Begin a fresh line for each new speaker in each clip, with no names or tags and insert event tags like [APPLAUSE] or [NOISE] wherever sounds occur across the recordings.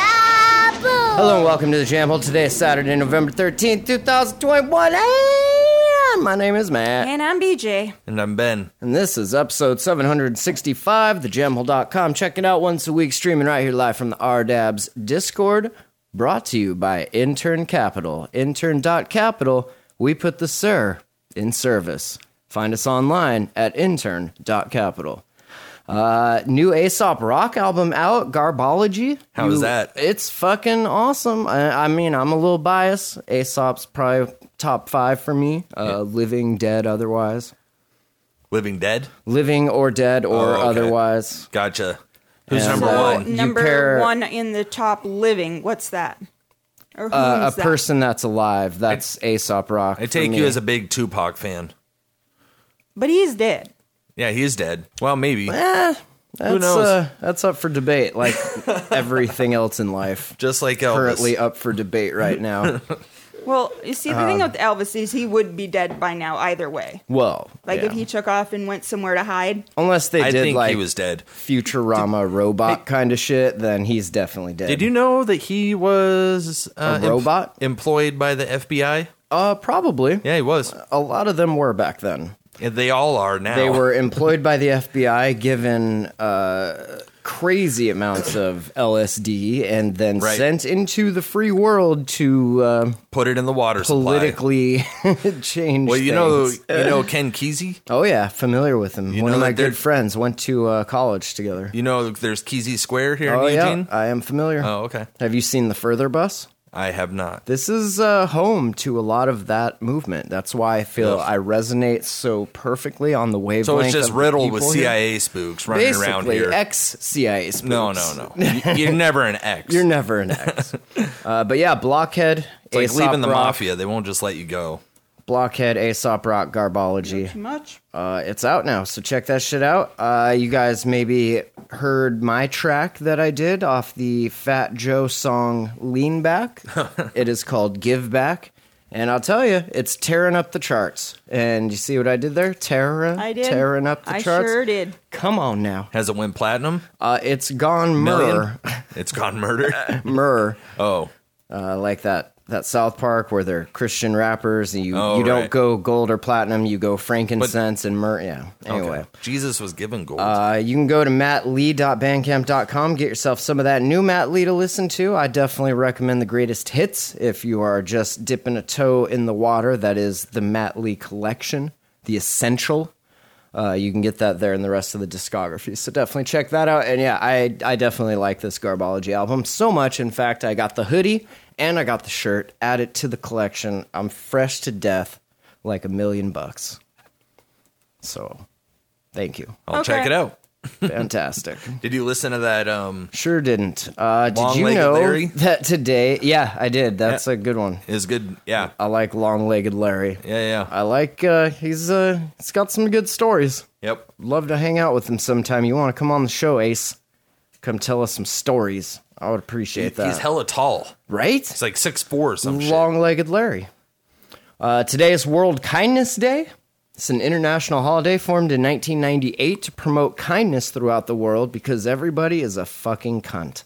Hello and welcome to the Jam Hole. Today is Saturday, November 13th, 2021. And my name is Matt.
And I'm BJ.
And I'm Ben.
And this is episode 765, thejamhole.com. Check it out once a week, streaming right here live from the RDABS Discord. Brought to you by Intern Capital. Intern.capital, we put the sir in service. Find us online at intern.capital. Uh, new Aesop Rock album out, Garbology.
How was that?
It's fucking awesome. I, I mean, I'm a little biased. Aesop's probably top five for me. Uh, Living, dead, otherwise.
Living Dead.
Living or dead or
Oh, okay.
otherwise.
Gotcha. Who's
And,
number
uh,
So
one?
number
pair-
one in the top living. What's that? Or who's
Uh, a
that?
person that's alive. That's Aesop Rock.
I take
for
you
me.
as a big Tupac fan.
But he's dead.
Yeah, he is dead. Well, maybe.
that's,
knows?
Uh, that's up for debate,
[LAUGHS]
like everything else in life.
Just like Elvis.
Currently uh, up for debate right
[LAUGHS]
now.
Well, you see, the thing with
Uh-huh.
Elvis is he would be dead by now either way.
Well,
Like if
yeah.
he took off and went somewhere to hide.
unless they
I
did
think
like
he was dead.
Futurama robot kind of shit, then he's definitely dead.
Did you know that he was uh, em-
robot?
employed by the FBI?
Uh, probably.
Yeah, he was.
A lot of them were back then.
And they all are now.
Uh, They were employed by the FBI, given uh, crazy amounts of LSD, and then
Right.
sent into the free world to uh,
put it in the water supply.
politically [LAUGHS] change.
Well, you know,
things.
you know Ken Kesey.
Oh yeah, familiar with him.
You
One of
know
my
that they're-
good friends went to uh, college together.
You know, there's Kesey Square here
oh
in
yeah,
Eugene.
I am familiar.
Oh, okay.
Have you seen the Further Bus?
I have not.
This is uh, home to a lot of that movement. That's why I feel
Yes.
I resonate so perfectly on the wavelength.
So it's just
of the
riddled with
people here.
CIA spooks running around
Basically,
here.
ex CIA.
no, no, no. You- You're never
[LAUGHS]
an ex.
You're never an
[LAUGHS]
ex. uh, but yeah, Blockhead,
It's like
Aesop
leaving the
Rock,
mafia. They won't just let you go.
Blockhead, Aesop Rock, Garbology.
Too much.
Uh, it's out now, so check that shit out. Uh, you guys maybe heard my track that I did off the Fat Joe song Lean
[LAUGHS]
Back. it is called Give Back. And I'll tell you, it's tearing up the charts. And you see what I did there? Tearing,
I did.
tearing up the
I
charts.
sure did.
Come on now.
Has it went platinum?
Uh, it's gone
Million?
myrrh,
[LAUGHS] It's gone
[LAUGHS]
murder.
myrrh,
Oh,
uh, like that that South Park where they're Christian rappers, and you
Oh,
you don't
right.
go gold or platinum, you go frankincense and myrrh. Yeah. Anyway.
Jesus was given gold.
Uh, you can go to mattlee.bandcamp.com, get yourself some of that new Matt Lee to listen to. I definitely recommend the greatest hits if you are just dipping a toe in the water. That is the Matt Lee collection, the essential. Uh, you can get that there in the rest of the discography. So definitely check that out. And yeah, I, I definitely like this Garbology album so much. In fact, I got the hoodie and I got the shirt. Add it to the collection. I'm fresh to death like a million bucks. So thank you.
I'll check
okay.
it out.
Fantastic.
Did you listen to that? Um,
Sure didn't. Uh, did you
Long-legged
know
Larry?
that today? Yeah, I did. That's a good one.
is good. Yeah,
I like long-legged Larry.
yeah, yeah.
I like uh, he's uh, he's got some good stories.
yep.
Love to hang out with him sometime. You want to come on the show, Ace? Come tell us some stories. I would appreciate that.
He's hella tall.
right?
It's like six four or some shit.
Long-legged Larry. Uh, today is World Kindness Day. It's an international holiday formed in 1998 to promote kindness throughout the world because everybody is a fucking [LAUGHS] cunt.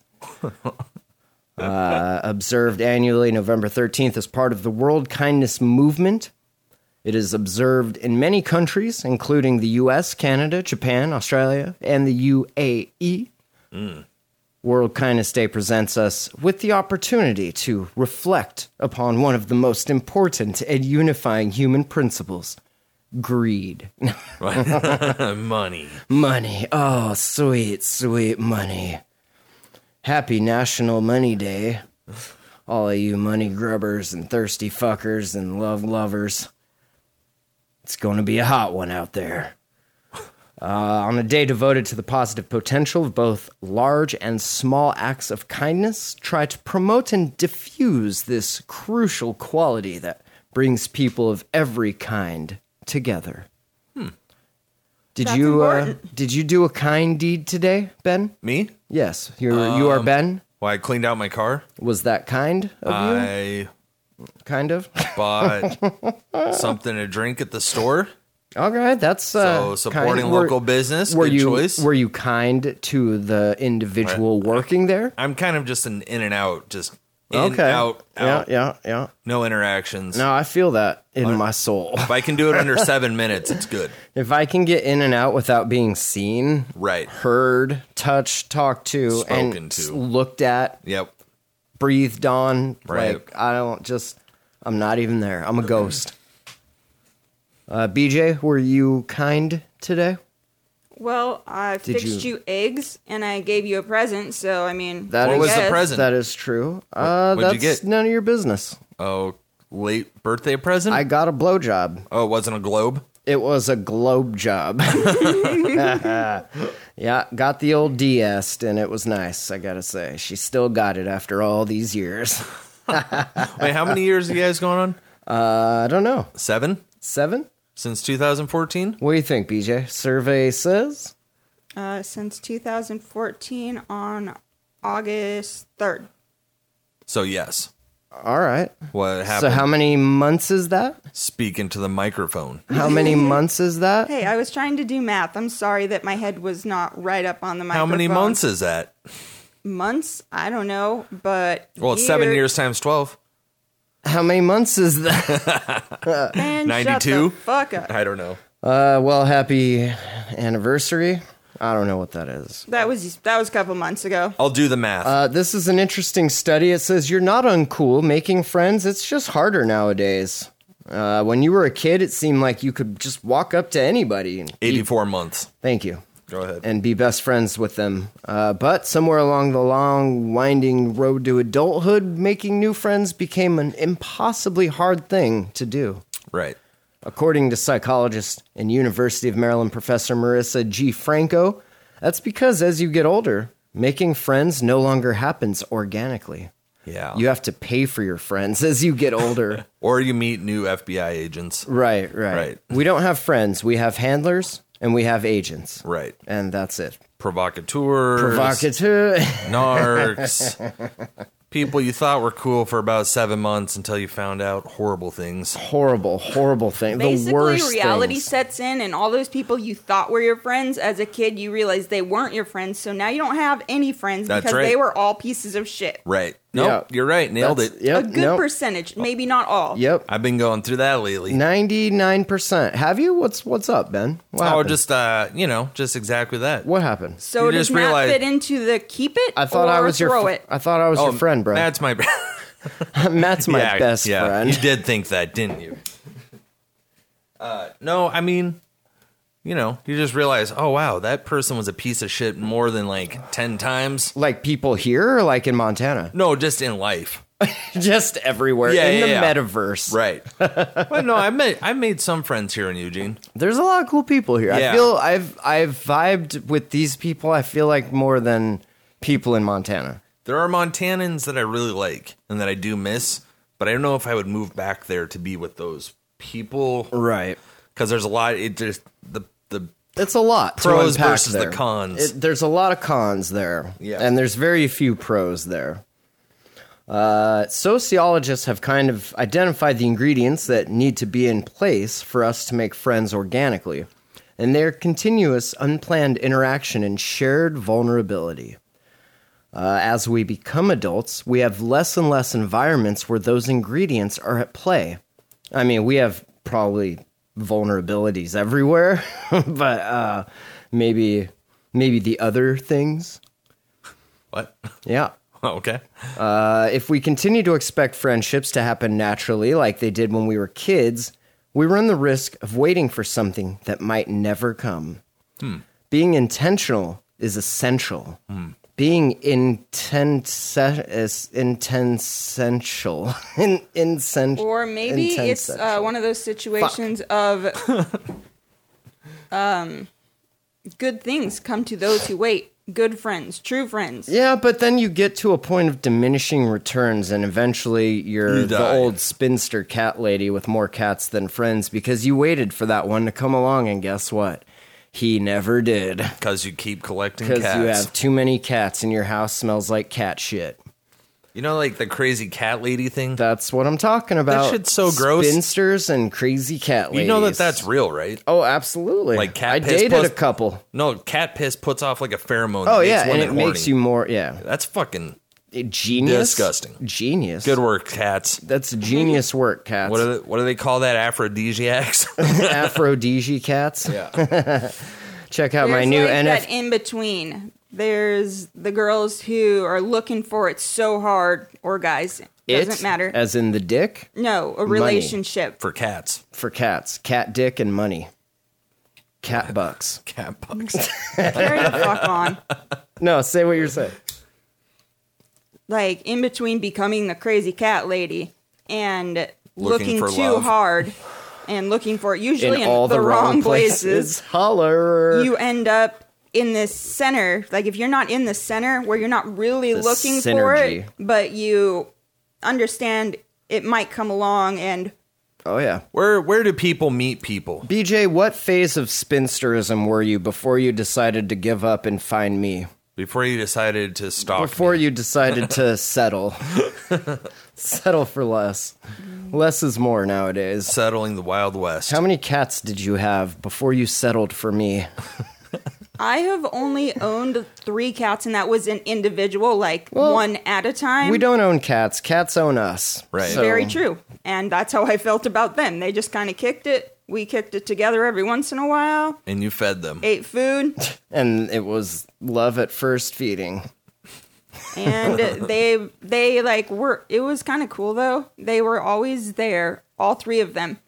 Uh, observed annually November 13th as part of the World Kindness Movement. It is observed in many countries, including the US, Canada, Japan, Australia, and the E. UAE. World Kindness Day presents us with the opportunity to reflect upon one of the most important and unifying human principles greed.
[LAUGHS]
[LAUGHS]
Money.
Money. Oh, sweet, sweet money. Happy National Money Day. All of you money grubbers and thirsty fuckers and love lovers. It's going to be a hot one out there. Uh, on a day devoted to the positive potential of both large and small acts of kindness, try to promote and diffuse this crucial quality that brings people of every kind together. Did
That's
you uh,
important.
did you do a kind deed today, Ben?
Me?
Yes, you you
Um,
are Ben.
Well, I cleaned out my car.
Was that kind of
uh,
you?
I
Kind of. [LAUGHS]
bought something to drink at the store.
All right, that's uh,
So supporting
kind. Were-
local business.
Were
good
you
choice.
were you kind to the individual working there?
I'm kind of just an in and out, just in
okay.
out, out,
Yeah, yeah, yeah.
no interactions.
No, I feel that in my soul. [LAUGHS]
If I can do it under [LAUGHS] seven minutes, it's good.
If I can get in and out without being seen,
Right.
heard, touched, talked to,
Spoken
and
to.
s- looked at,
Yep.
breathed on.
Right.
Like I don't just I'm not even there. I'm a ghost. Uh, BJ, were you kind today?
Well, I fixed
you-
you... eggs and I gave you a present, so I mean,
That
I
is- What was the
guess.
present?
That is true. Uh,
what'd
that's
you get?
none of your business.
Oh, late birthday present?
I got a blowjob.
oh, it wasn't a globe?
It was a globe job. [LAUGHS] yeah, got the old DS and it was nice, I gotta say. She still got it after all these years. [LAUGHS]
Wait, how many years are you guys going on?
I don't know.
Seven?
Seven?
Since 2014?
What do you think, BJ? Survey says
Uh, since 2014 on August 3rd.
So, yes.
all right.
What
So
happened?
how many months is that?
Speaking to the microphone.
How many months is that?
Hey, I was trying to do math. I'm sorry that my head was not right up on the microphone.
How many months is that?
Months? I don't know, but
Well, it's seven
here-
years times 12.
How many months is that?
Man, Shut
92?
the fuck up.
I don't know.
Uh, well, happy anniversary. I don't know what that is.
That was that was a couple months ago.
I'll do the math.
Uh, this is an interesting study. It says you're not uncool making friends. It's just harder nowadays. Uh, when you were a kid, it seemed like you could just walk up to anybody and be-
84 months.
thank you
Go ahead.
and be best friends with them. Uh, but somewhere along the long, winding road to adulthood, making new friends became an impossibly hard thing to do.
right.
According to psychologist and University of Maryland professor Marissa G. Franco, that's because as you get older, making friends no longer happens organically.
Yeah.
You have to pay for your friends as you get
[LAUGHS]
older.
or you meet new FBI agents.
right, right,
Right.
We don't have friends. We have handlers and we have agents.
Right.
And that's it.
Provocateurs.
Provocateur.
Narcs. People you thought were cool for about seven months until you found out horrible
[LAUGHS]
things.
horrible, horrible thing. the
Basically,
worst
reality
things.
sets in, and all those people you thought were your friends as a kid, you realize they weren't your friends. So now you don't have any friends
That's
because
right.
they were all pieces of shit.
Right. No,
Yeah.
you're right. Nailed
That's-
it.
A
Yep.
good
nope,
percentage, maybe not all.
Yep.
I've been going through that lately.
Ninety-nine percent. Have you? What's What's up, Ben? What
oh,
happened?
just uh, you know, just exactly that.
what happened?
So
You
does
just
Matt
realize-
fit into the keep it?
I thought I
or
was your.
throw
fr-
it.
I thought I was
Oh,
your friend, bro.
That's my, [LAUGHS]
Matt's my
yeah,
best
yeah. You [LAUGHS]
friend.
did think that, didn't you? Uh, no, I mean, you know, you just realize, oh wow, that person was a piece of shit more than like ten times.
Like people here, or like in Montana, [LAUGHS]
No, just in life.
just everywhere
Yeah,
in
yeah,
the
yeah.
metaverse.
Right.
[LAUGHS]
but no, I made I made some friends here in Eugene.
There's a lot of cool people here. I
Yeah.
feel I've I've vibed with these people. I feel like more than people in Montana.
There are Montanans that I really like and that I do miss, but I don't know if I would move back there to be with those people
Right.
because there's a lot. It just the the
It's a lot. to
Pros
unpack
versus the
there.
cons.
It, there's a lot of cons there,
Yeah.
and there's very few pros there. Uh, sociologists have kind of identified the ingredients that need to be in place for us to make friends organically, and their continuous, unplanned interaction and shared vulnerability. Uh, as we become adults, we have less and less environments where those ingredients are at play. I mean, we have probably vulnerabilities everywhere, [LAUGHS] but uh, maybe maybe the other things.
what? [LAUGHS]
Yeah.
okay,
Uh, if we continue to expect friendships to happen naturally, like they did when we were kids, we run the risk of waiting for something that might never come. Being intentional is essential. Being intense uh, is [LAUGHS] intensential. In, insen-
Or maybe it's uh,
intensential.
one of those situations of um, Good things come to those who wait. Good friends, true friends.
Yeah, but then you get to a point of diminishing returns, and eventually you're
You
the
die.
old spinster cat lady with more cats than friends because you waited for that one to come along, and guess what? He never did.
because you keep collecting
Because
cats.
you have too many cats, and your house smells like cat shit.
You know, like the crazy cat lady thing.
That's what I'm talking about.
shit's so gross.
Spinsters and crazy cat ladies.
you know that that's real, right?
Oh, absolutely.
Like cat
I
piss
dated
plus-
a couple.
No, cat piss puts off like a
Oh
pheromone. that makes
yeah, and
women
it makes
horny.
you more yeah.
That's fucking
Genius.
Disgusting.
Genius.
good work, cats.
That's genius work, cats.
What do they, what do they call
[LAUGHS]
that? Aphrodisiacs.
Aphrodisiac cats.
yeah.
Check out
There's
my new
like that
NF.
in between. There's the girls who are looking for it so hard, or guys.
it
Doesn't matter.
As in the dick
no, a relationship.
For cats,
for cats. Cat dick and money. Cat bucks.
cat bugs.
Carry the fuck on. [LAUGHS]
No, say what you're saying.
Like in between becoming the crazy cat lady and looking,
Looking for
too
love.
hard and looking for it usually
In all the, wrong, places. Holler.
you end up in this center. Like if you're not in the center where you're not really
The
looking
synergy.
for it, but you understand it might come along and
oh yeah.
where where do people meet people?
BJ, what phase of spinsterism were you before you decided to give up and find me?
Before you decided to stalk.
Before
me?
you decided
[LAUGHS]
to settle. settle for less. Less is more nowadays.
settling the Wild West.
How many cats did you have before you settled for me?
I have only owned three cats and that was an individual, like one at a time.
We don't own cats. Cats own us.
Right.
So-
Very true. And that's how I felt about them. They just kind of kicked it. We kicked it together every once in a while,
and you fed them.
ate
[LAUGHS]
food,
And it was love at first feeding.
and they they like were it was kind of cool though. They were always there, all three of them.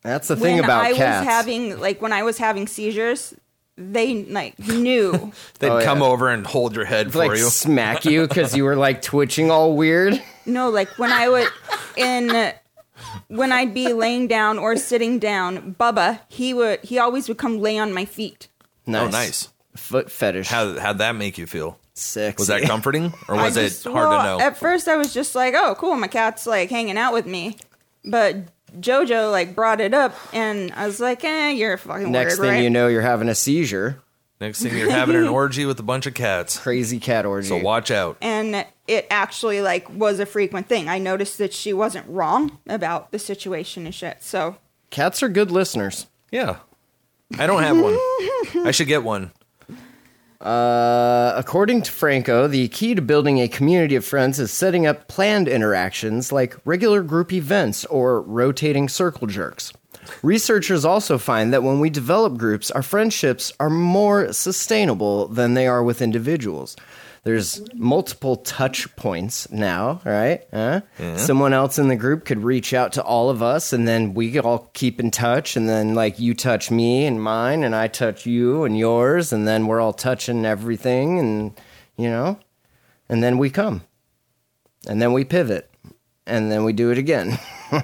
That's the thing about
I
cats.
was having like when I was having seizures, they like knew.
They'd
Oh,
come
yeah.
over and hold your head
like
for you. Oh,
smack you because you were like twitching all weird.
no, like when I would in when I'd be laying down or sitting down, Bubba, he would he always would come lay on my feet.
Nice.
Oh, nice.
Foot fetish.
How how'd that make you feel?
Sexy.
Was
[LAUGHS]
that comforting or was
I
it
just-
hard
well,
to know?
At first, I was just like, "Oh, cool, my cat's like hanging out with me," but JoJo like brought it up, and I was like, "Eh, you're fucking
Next
weird,
thing
right?"
you know, you're having a seizure.
Next thing you're having
[LAUGHS]
an orgy with a bunch of cats.
Crazy cat orgy.
So watch out.
and it actually like was a frequent thing. I noticed that she wasn't wrong about the situation and shit. So
Cats are good listeners.
Yeah. I don't have one. I should get one.
Uh, According to Franco, the key to building a community of friends is setting up planned interactions like regular group events or rotating circle jerks. Researchers also find that when we develop groups, our friendships are more sustainable than they are with individuals. There's multiple touch points now, right? Huh? Someone else in the group could reach out to all of us, and then we could all keep in touch. And then, like, you touch me and mine, and I touch you and yours, and then we're all touching everything, and you know, and then we come, and then we pivot, and then we do it again. [LAUGHS]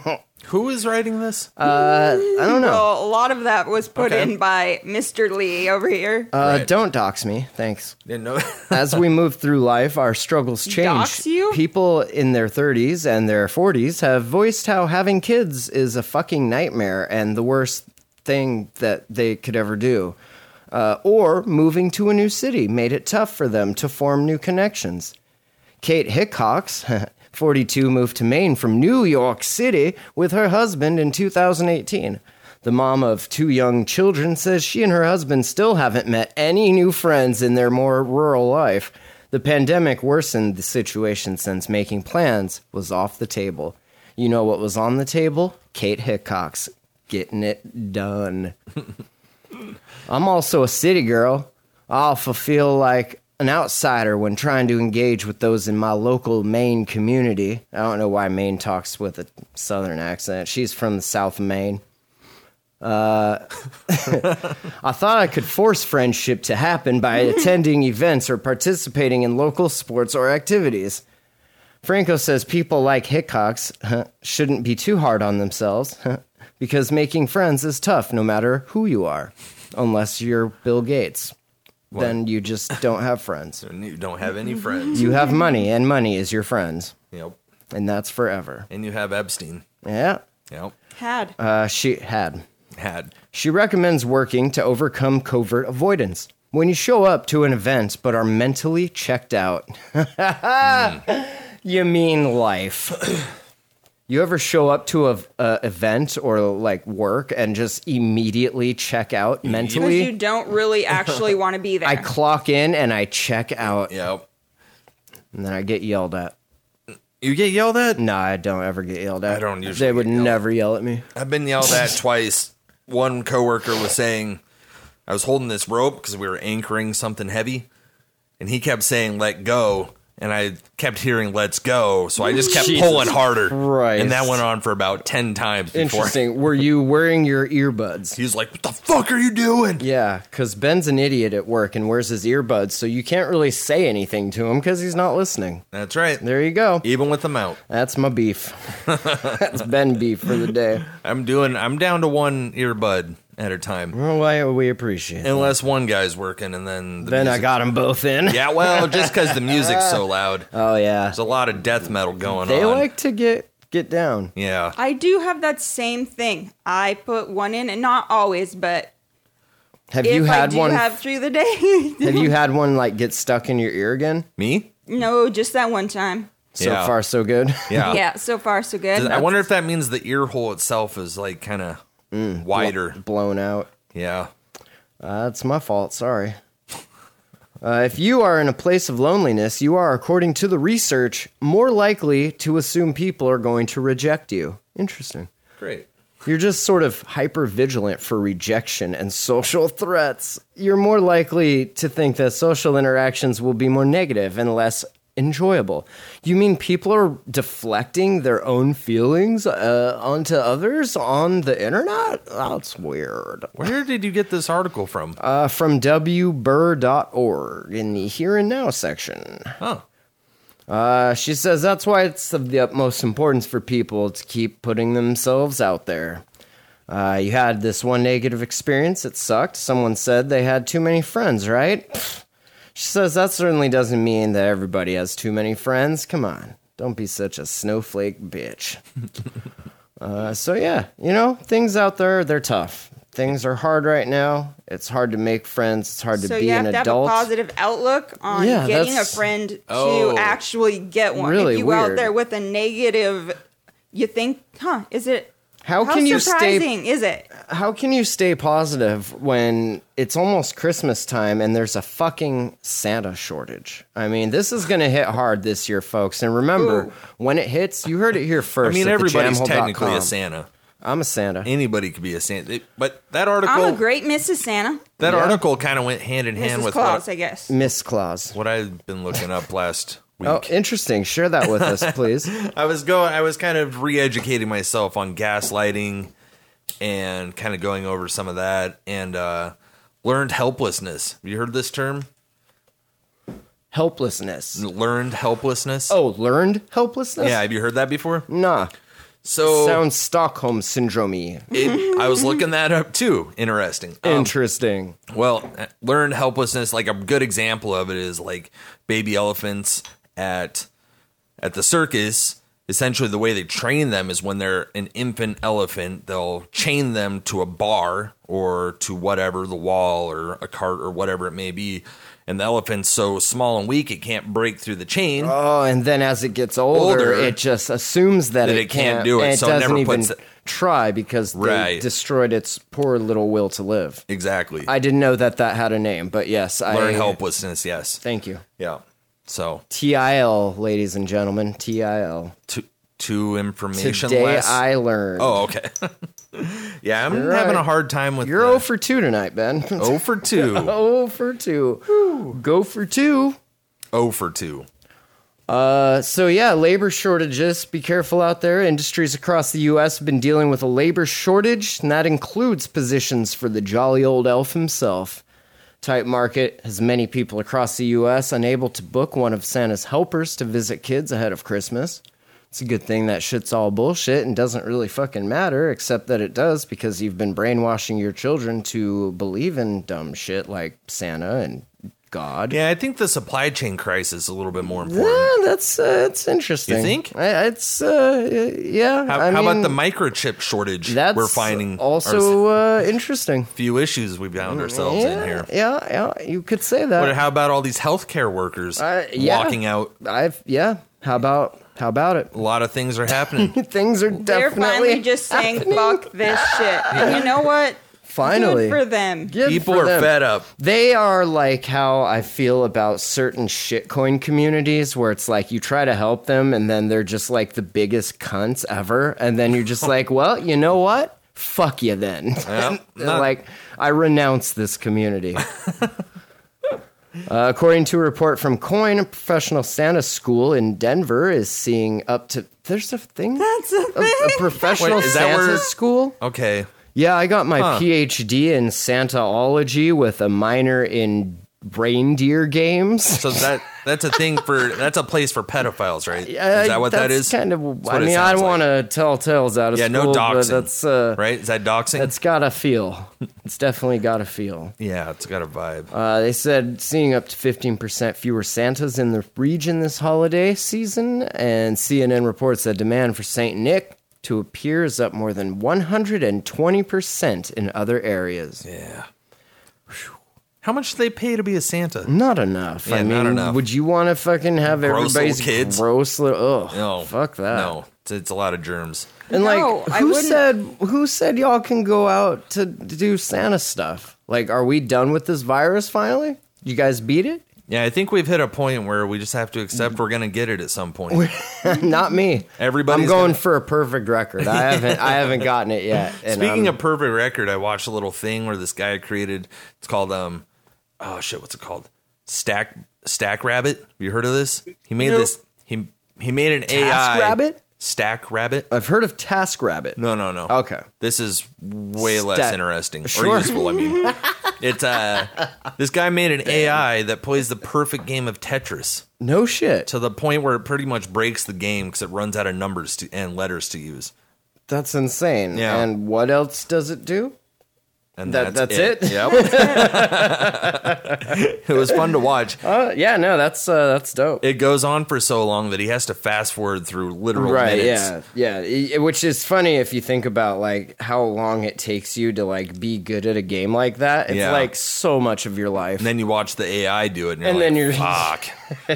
Who is writing this?
Uh, I don't know.
well, a lot of that was put
Okay.
in by Mr. Lee over here.
Uh,
Right.
Don't dox me, thanks.
Didn't know.
as we move through life, our struggles change.
Dox you?
People in their 30s and their 40s have voiced how having kids is a fucking nightmare and the worst thing that they could ever do. Uh, or moving to a new city made it tough for them to form new connections. Kate Hickox, [LAUGHS] 42, moved to Maine from New York City with her husband in 2018. The mom of two young children says she and her husband still haven't met any new friends in their more rural life. The pandemic worsened the situation since making plans was off the table. You know what was on the table? Kate Hickox getting it done. I'm also a city girl. I often feel like an outsider when trying to engage with those in my local Maine community. I don't know why Maine talks with a southern accent. She's from the south of Maine. Uh, [LAUGHS] I thought I could force friendship to happen by attending events or participating in local sports or activities. Franco says people like Hickox huh, shouldn't be too hard on themselves huh, because making friends is tough no matter who you are. unless you're Bill Gates. Then you just don't have friends.
[LAUGHS] And you don't have
[LAUGHS]
any friends.
You have money, and money is your friends,
Yep.
and that's forever.
And you have Epstein.
Yeah,
Yep.
Had.
uh, she had.
Had.
She recommends working to overcome covert avoidance. When you show up to an event but are mentally checked out, [LAUGHS] you mean life. [CLEARS THROAT] You ever show up to a, a event or like work and just immediately check out
Because
mentally?
you don't
[LAUGHS]
really actually want to be there.
I clock in and I check out,
Yep.
and then I get yelled at.
You get yelled at?
No, I don't ever get yelled at.
I don't usually
They would
get yelled
never yell at me.
I've been yelled at twice. One coworker was saying, I was holding this rope because we were anchoring something heavy, and he kept saying, let go. And I kept hearing, let's go. So I just kept pulling harder.
Christ.
And that went on for about 10 times before. [LAUGHS]
Interesting. Were you wearing your earbuds?
He's like, what the fuck are you doing?
Yeah, because Ben's an idiot at work and wears his earbuds, so you can't really say anything to him because he's not listening.
That's right.
There you go.
Even with them out.
That's my beef. [LAUGHS] That's Ben beef for the day.
I'm doing, I'm down to one earbud at a time.
Well, I- we appreciate it.
Unless one guy's working and then the
Then I
music-
got them both in.
Yeah, well, just because the music's so loud.
[LAUGHS] Oh, yeah.
There's a lot of death metal going
They
on.
like to get get down.
yeah.
I do have that same thing. I put one in, and not always, but
Have
if
you
I
had
do
one?
have through the day. [LAUGHS]
have you had one like get stuck in your ear again?
Me?
no, just that one time.
So
Yeah.
far, so good.
Yeah.
yeah, so far so good.
I wonder if that means the ear hole itself is like kind of
Mm,
wider.
[LAUGHS] Blown out.
Yeah.
Uh, That's my fault. Sorry. Uh, if you are in a place of loneliness, you are, according to the research, more likely to assume people are going to reject you. Interesting.
Great.
You're just sort of hyper vigilant for rejection and [LAUGHS] social threats. You're more likely to think that social interactions will be more negative and less enjoyable. You mean people are deflecting their own feelings uh, onto others on the internet? That's weird
Where did you get this article from?
uh, from wburr.org in the here and now section.
huh.
Uh, she says that's why it's of the utmost importance for people to keep putting themselves out there. Uh, you had this one negative experience, it sucked. Someone said they had too many friends, right? Pfft. She says that certainly doesn't mean that everybody has too many friends. Come on, don't be such a snowflake bitch. [LAUGHS] Uh, so yeah, you know, things out there, they're tough. Things are hard right now. It's hard to make friends. It's hard to
so
be
you have
an
to have
adult.
a positive outlook on
Yeah,
getting a
that's-
friend
Oh.
to actually get one.
Really
if you go out
weird.
there with a negative, you think, huh? Is it?
How can you stay-
surprising is it?
how can you stay positive when it's almost Christmas time and there's a fucking Santa shortage? I mean, this is going to hit hard this year, folks. And remember,
Ooh.
when it hits, you heard it here
I
first.
mean,
at
everybody's
thejamhole.com.
technically a Santa.
I'm a Santa.
Anybody could be a Santa. It- But that article,
I'm a great Mrs. Santa,
that article kind of went hand in hand
Mrs.
with
Claus, I
what,
guess.
Miss Claus.
what I've been looking up last week.
Oh, interesting. Share that with
[LAUGHS]
us, please.
I was going. I was kind of re-educating myself on gaslighting, and kind of going over some of that, and uh, learned helplessness. Have you heard this term?
Helplessness.
Learned helplessness.
Oh, learned helplessness?
yeah. Oh. Have you heard that before?
Nah.
So
Sounds Stockholm syndrome
it, I was looking that up too. Interesting. Um,
Interesting.
well, learned helplessness. Like a good example of it is like baby elephants at at the circus. Essentially, the way they train them is when they're an infant elephant, they'll chain them to a bar or to whatever the wall or a cart or whatever it may be. And the elephant's so small and weak, it can't break through the chain.
Oh, and then as it gets older,
Older,
it just assumes that,
that
it,
it can't do it,
and
so it
doesn't
never
even
puts it-
try because they
Right.
destroyed its poor little will to live.
exactly.
I didn't know that that had a name, but yes, I
Learn helplessness. Yes.
Thank you.
Yeah. So
TIL, ladies and gentlemen, TIL.
to to information
Today
less.
I learned.
Oh, okay. [LAUGHS] yeah, I'm
You're
having
right.
a hard time with
you're
the- [LAUGHS]
0 for 2 tonight, Ben. [LAUGHS]
oh for two.
0 for 2. Go for 2.
oh for two.
Uh, so yeah, labor shortages. Be careful out there. Industries across the U.S. have been dealing with a labor shortage, and that includes positions for the jolly old elf himself. Tight market has many people across the U.S. unable to book one of Santa's helpers to visit kids ahead of Christmas. It's a good thing that shit's all bullshit and doesn't really fucking matter, except that it does because you've been brainwashing your children to believe in dumb shit like Santa and God.
Yeah, I think the supply chain crisis is a little bit more important.
Yeah, that's uh, that's interesting.
You think?
I, it's uh, yeah.
How,
I
how
mean,
about the microchip shortage?
That's
we're finding our
also uh,
[LAUGHS]
interesting.
few issues we found ourselves in
Yeah, Uh,
here.
yeah, yeah. You could say that.
But how about all these healthcare workers
Uh, yeah.
walking out?
I've yeah. How about how about it?
A lot of things are
[LAUGHS]
happening.
Things are
They're
definitely
finally just
[LAUGHS]
saying, fuck this shit. And you know what?
Finally.
Good for them.
Good
People
for
are
them.
fed up.
They are like how I feel about certain shitcoin communities where it's like you try to help them and then they're just like the biggest cunts ever. And then you're
[LAUGHS]
just like, well, you know what? Fuck you then.
Yep.
[LAUGHS] And like, I renounce this
[LAUGHS]
community. Uh, according to a report from Coin, a professional Santa school in Denver is seeing up to. There's a thing? That's a thing. A, [LAUGHS] professional
Wait, is that
Santa
where-
school?
Okay.
Yeah, I got my
Huh.
PhD in Santaology with a minor in reindeer
[LAUGHS]
games.
So that that's a thing for that's a place for pedophiles, right?
[LAUGHS] Uh,
is that what that
that's
is?
Kind of.
That's what
I
it
mean, I
sounds
don't
like.
want to tell tales out of
Yeah, no
school, but
doxing.
that's uh,
Right? Is that doxing?
that's got to
[LAUGHS]
feel. It's definitely got to feel.
yeah, it's got a vibe.
Uh, they said seeing up to 15% fewer Santas in the region this holiday season, and CNN reports that demand for St. Nick to appear is up more than 120% in other areas.
yeah. Whew. How much do they pay to be a Santa?
Not enough. I
Yeah,
mean,
not enough.
would you want to fucking have
Gross little
everybody's
kids?
gross little? Ugh,
No,
fuck that.
No, it's, it's a lot of germs.
And like,
No, I
who
wouldn't-
said who said y'all can go out to, to do Santa stuff? Like, are we done with this virus finally? You guys beat it? [LAUGHS]
Yeah, I think we've hit a point where we just have to accept we're gonna get it at some point.
Not me.
Everybody's
I'm going
gonna-
for a perfect record. I haven't. I haven't gotten it yet. And um,
Speaking
I'm-
of perfect record, I watched a little thing where this guy created. It's called um, oh shit, what's it called? Stack Stack Rabbit. Have you heard of this? He made this. He he made an AI
Rabbit?
Stack Rabbit.
I've heard of Task Rabbit.
No, no, no.
Okay.
This is way less
Stat-
interesting
Sure.
or useful.
[LAUGHS]
I mean, it's uh, this guy made an AI that plays the perfect game of Tetris
no shit.
to the point where it pretty much breaks the game because it runs out of numbers to, and letters to use.
That's insane.
Yeah.
And what else does it do?
And
That-
that's,
that's it?
Yep. [LAUGHS] it was fun to watch.
Uh, yeah, no, that's uh, that's dope.
It goes on for so long that he has to fast forward through literal minutes.
yeah yeah I- which is funny if you think about like how long it takes you to like be good at a game like that it's
Yeah.
like so much of your life
And then you watch the AI do it, and, you're
And
like,
then you're-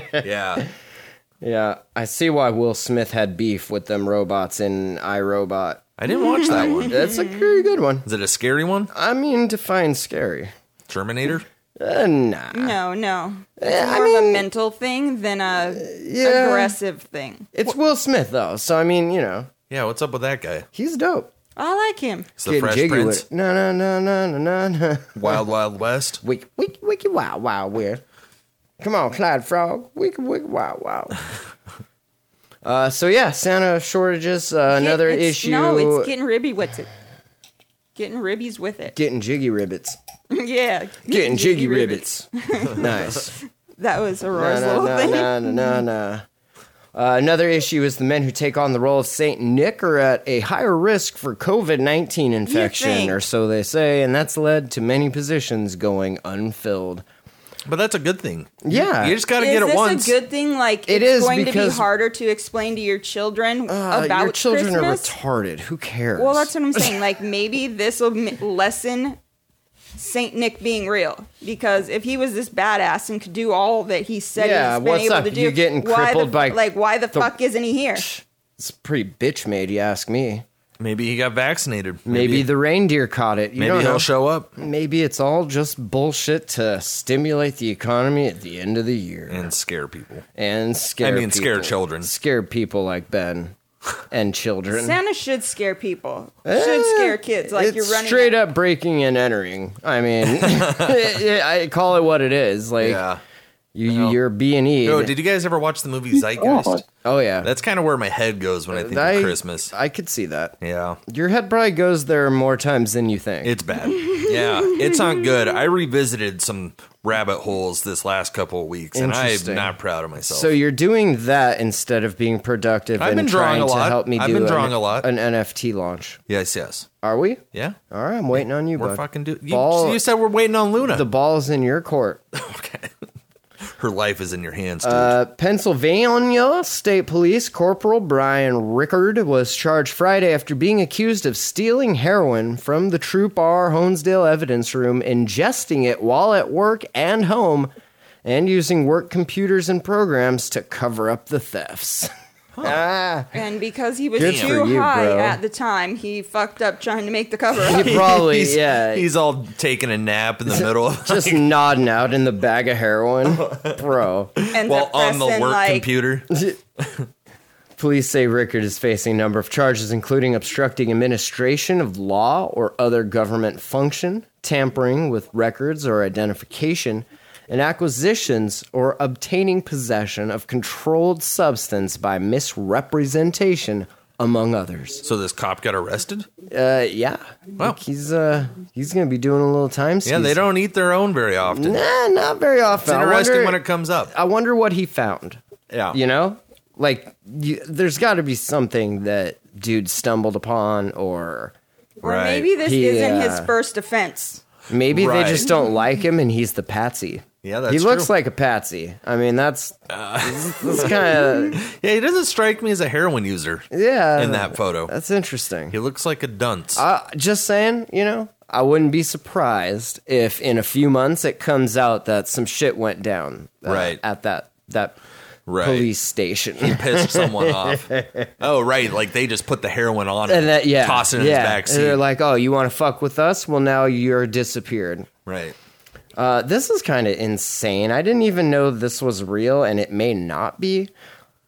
fuck. yeah.
[LAUGHS] yeah i see why will smith had beef with them robots in irobot
I didn't watch that one.
that's a very good one
Is it a scary one?
i mean define scary
Terminator?
uh, nah
No, no. It's
Yeah, I
more of
mean-
a mental thing than a
yeah.
aggressive thing.
it's will smith though so i mean you know
Yeah, what's up with that guy?
he's dope
I like him.
It's the
Getting
Fresh
jiggy with
Prince,
it. no no no no no no no
Wild Wild West.
wiki wiki wiki wow wow weird. Come on, Clyde Frog. Wiki wiki wow wow. [LAUGHS] uh, so yeah, Santa shortages. Uh, another
Get- it's-
issue.
No, it's getting ribby with it. Getting ribbies with it. [LAUGHS]
Getting jiggy ribbits.
yeah.
Getting jiggy ribbits.
[LAUGHS]
[LAUGHS] nice.
That was Aurora's
no,
little
no,
thing.
no, no, no, no. Uh, another issue is the men who take on the role of Saint Nick are at a higher risk for COVID 19 infection,
think?
or so they say, and that's led to many positions going unfilled.
But that's a good thing.
Yeah.
You just got to
Is
get it
this
once.
a good thing? Like
It
it's
is
going to
because-
be harder to explain to your children
Uh,
about
your children
Christmas?
are retarded. Who cares?
Well, that's what I'm
[LAUGHS]
saying. Like maybe this will m- lessen Saint Nick being real because if he was this badass and could do all that he said
Yeah,
he's been
what's
able
up?
to do,
You
why
getting
the-
crippled by
like why the,
the-
fuck isn't he here?
It's pretty bitch made, you ask me.
Maybe he got vaccinated.
Maybe, the reindeer caught it. You
maybe
don't
he'll
know.
show up
Maybe it's all just bullshit to stimulate the economy at the end of the year
and scare people.
and scare.
I mean,
people.
scare children.
Scare people like Ben and children.
Santa should scare people.
Eh,
should scare kids. Like
it's
you're running
straight up [LAUGHS]
[LAUGHS]
breaking and entering. I mean, I call it what it is. Like,
Yeah.
You, you you're being eaten.
No, did you guys ever watch the movie Zeitgeist?
God.
oh yeah,
That's kind of where my head goes when I think
I-
of Christmas.
I could see that.
yeah.
Your head probably goes there more times than you think.
It's bad. Yeah, it's not good. I revisited some rabbit holes this last couple of weeks, and I'm
Interesting.
not proud of myself.
so you're doing that instead of being productive
I've
and
been drawing
trying
a lot.
to help me
I've
do
been
an-
drawing a lot.
an NFT launch.
yes, yes,
Are we?
yeah.
All right, I'm waiting on you,
We're
bud.
fucking do. You,
Oh, Ball-
you said we're waiting on Luna.
the ball's in your court.
[LAUGHS] okay. Her life is in your hands, dude.
Uh, Pennsylvania State Police Corporal Brian Rickard was charged Friday after being accused of stealing heroin from the Troop R Honesdale evidence room, ingesting it while at work and home, and using work computers and programs to cover up the thefts. Ah,
And because he was
Good
too
for you,
high
bro.
at the time, he fucked up trying to make the cover up.
[LAUGHS] he probably
he's,
yeah,
He's all taking a nap in the middle of
just nodding out in the bag of heroin, bro.
Ends
[LAUGHS] while
up
on the
pressing,
work
like,
[LAUGHS]
computer.
Police say Rickard is facing a number of charges, including obstructing administration of law or other government function, tampering with records or identification, and acquisitions or obtaining possession of controlled substance by misrepresentation, among others.
So this cop got arrested.
Uh, yeah,
Wow.
Like, he's uh he's gonna be doing a little time.
Yeah, they
skis.
don't eat their own very often.
Nah, not very often.
It's
I
interesting
wonder-
when it comes up.
I wonder what he found.
Yeah.
You know, like you, there's got to be something that dude stumbled upon, or
Or
Right.
maybe this
He,
isn't his
uh,
first offense.
maybe
Right.
they just don't like him and he's the patsy.
Yeah, that's
he looks
true. Uh.
like a patsy. I mean, that's that's kind
[LAUGHS]
of
Yeah, he doesn't strike me as a heroin user
yeah.
in that photo.
that's interesting.
He looks like a dunce.
Uh, just saying, you know, I wouldn't be surprised if in a few months it comes out that some shit went down uh,
Right.
at that that
right.
police station.
pissed someone off.
[LAUGHS]
Oh, right. Like they just put the heroin on him,
and that yeah,
toss it in
yeah.
his
And
backseat.
They're like, "Oh, you want to fuck with us? Well, now you're disappeared."
right.
Uh, this is kind of insane. I didn't even know this was real, and it may not be.